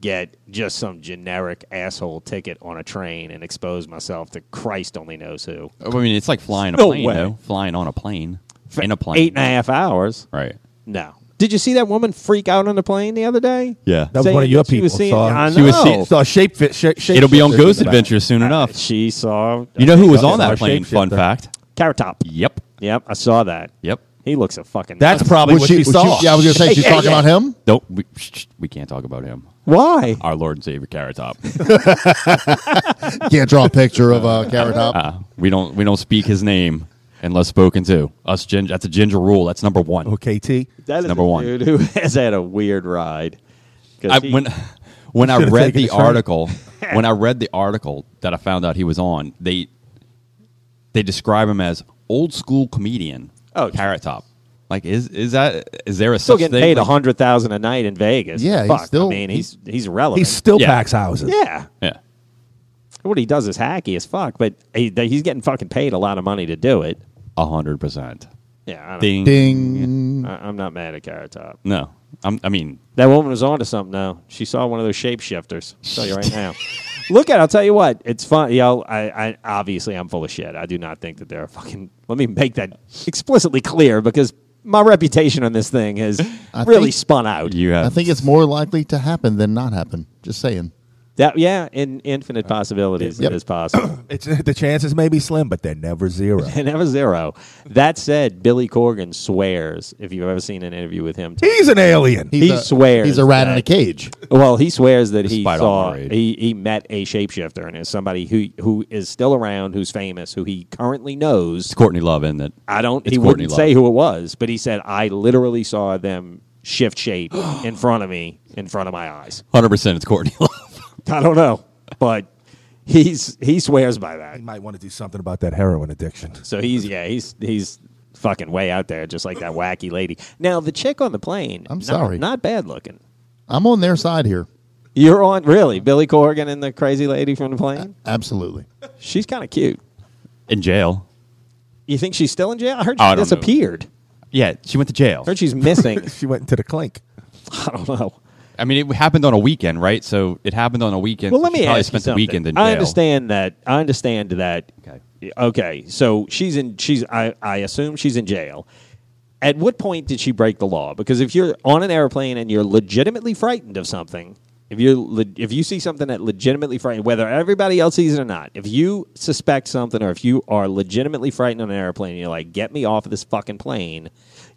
get just some generic asshole ticket on a train and expose myself to Christ only knows who.
I mean, it's like flying a
No
plane
way.
though. Flying on a plane.
For
in a plane.
Eight and a half hours.
Right.
No. Did you see that woman freak out on the plane the other day?
Yeah.
that was
Saying
one of your
that she
people.
was seeing- I
saw,
She was know. seeing-
saw shape fit. Shape,
It'll be on
shapeshifter in
Ghost
the back.
Adventures soon enough.
She saw.
You know who was
Ghost
on that
Adventures
plane? Fun
shapeshifter.
fact.
Carrot Top.
Yep.
Yep, I saw that.
Yep.
He looks a fucking.
That's probably
Was
what
she-
she,
was she-
saw.
yeah, I was gonna say she's
Yeah,
talking
yeah.
about him.
Nope. We, we can't talk about him.
why.
Our Lord and Savior Carrot Top.
Can't draw a picture of a carrot top.
Uh, we don't we don't speak his name unless spoken to. Us gin, that's a ginger rule. That's number one.
Okay, T.
That is
number
a
one.
dude who has had a weird ride. 'Cause
I,
he-
when when I
Should've
read
taken
the
a shot.
article, when I read the article that I found out he was on, they they describe him as old school comedian.
Oh,
Carrot Top. Like is is that is there a
still
such
getting
thing?
paid a
Like-
hundred thousand a night in Vegas.
Yeah, he's
Fuck,
still-
I mean, he's he's relevant.
He still
Yeah.
packs houses.
yeah.
Yeah.
What he does is hacky as fuck, but he, th- he's getting fucking paid a lot of money to do it.
A hundred percent.
Yeah, I don't,
Ding.
Ding.
I, I'm not mad at Carrot Top.
No. I'm, I mean,
That woman was onto something now. She saw one of those shapeshifters. I'll tell you right now. Look at it. I'll tell you what. It's fun. You know, I, I obviously I'm full of shit. I do not think that they're fucking let me make that explicitly clear because my reputation on this thing has
I
really
think-
spun out.
you have.
I think it's more likely to happen than not happen. Just saying.
That yeah, in infinite possibilities
Uh, Yep.
it is possible.
It's, the chances may be slim, but they're never zero.
and that was zero. That said, Billy Corgan swears if you've ever seen an interview with him.
He's an alien.
He's
He
a,
swears
He's a rat in
that-
a cage.
Well, he swears that he
Despite all
saw
my rage.
he, he met a shapeshifter and is somebody who who is still around, who's famous, who he currently knows.
it's Courtney Love, isn't it?
I don't.
It's
he
Courtney
wouldn't
Love.
say who it was, but he said I literally saw them shift shape in front of me, in front of my eyes.
Hundred percent. It's Courtney Love.
I don't know, but he's he swears by that.
He might want to do something about that heroin addiction.
So he's yeah he's he's fucking way out there, just like that wacky lady. Now the chick on the plane.
I'm
not-
sorry.
not bad looking.
I'm on their side here.
You're on really Billy Corgan and the crazy lady from the plane.
Uh,
Absolutely.
She's kind of cute.
In jail.
You think she's still in jail? I heard
Oh,
she
I don't know.
disappeared.
Yeah, she went to jail.
I heard she's missing.
She went into the clink.
I don't know.
I mean, it happened on a weekend, right? So it happened on a weekend.
Well,
so
let
she
me
probably
ask you
spent the
something.
weekend in jail.
I understand that. I understand that.
Okay.
Okay. So she's in. She's. I. I assume she's in jail. At what point did she break the law? Because if you're on an airplane and you're legitimately frightened of something, if you're le- if you see something that legitimately frightened, whether everybody else sees it or not, if you suspect something or if you are legitimately frightened on an airplane, and you're like, "Get me off of this fucking plane,"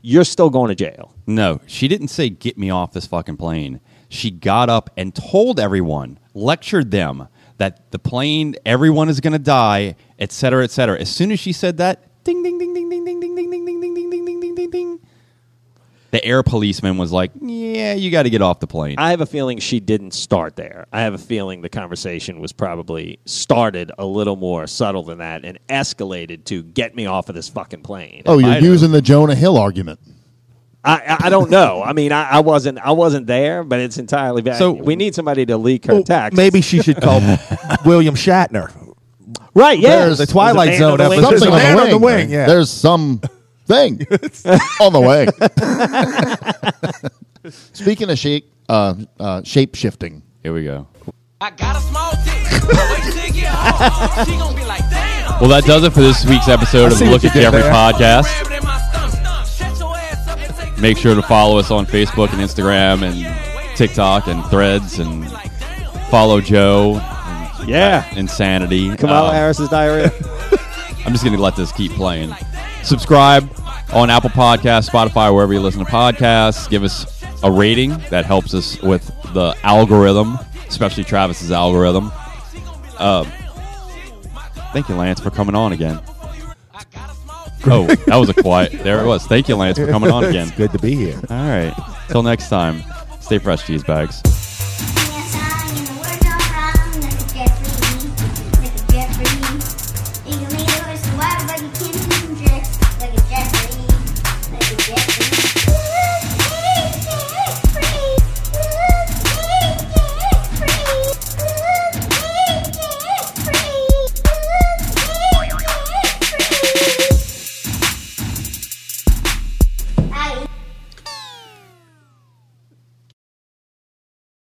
you're still going to jail.
No, she didn't say, get me off this fucking plane. She got up and told everyone, lectured them that the plane, everyone is going to die, et cetera, et cetera. As soon as she said that, ding, ding, ding, ding, ding, ding, ding, ding, ding, ding, ding, ding, ding, ding, ding, ding, ding. The air policeman was like, yeah, you got to get off the plane.
I have a feeling she didn't start there. I have a feeling the conversation was probably started a little more subtle than that and escalated to get me off of this fucking plane.
Oh, you're
I know.
using the Jonah Hill argument.
I, I, I don't know. I mean, I, I wasn't I wasn't there, but it's entirely bad.
So-
we need somebody to leak her
Well,
text.
Oh, Maybe she should call William Shatner.
right? Yeah,
There's the
Twilight
There's a
Zone
man on the wing.
episode. There's
Something
a man
on, the
on the
wing.
wing, yeah.
There's some thing on the wing. Speaking of shape, uh, uh, shape shifting.
Here we go.
I got a small dick. but Wait till you get home. She gonna be like, damn.
Well, that does it for this week's episode of the Look at Jeffrey podcast.
Rabbit in my stomach. Shut your ass up and take this
Make sure to follow us on Facebook and Instagram
Wait
and
till you
TikTok
get
and
home.
Threads
She gonna
and
be like, damn.
follow Joe.
Yeah,
Insanity.
Kamala
Um,
Harris's diarrhea.
I'm just going to let this keep playing. Subscribe on Apple Podcasts, Spotify, wherever you listen to podcasts. Give us a rating. That helps us with the algorithm, especially Travis's algorithm. Uh, thank you, Lance, for coming on again. Oh, that was a quiet. There it was. Thank you, Lance, for coming on again.
Good to be here.
All right. Till next time, stay fresh, cheese bags.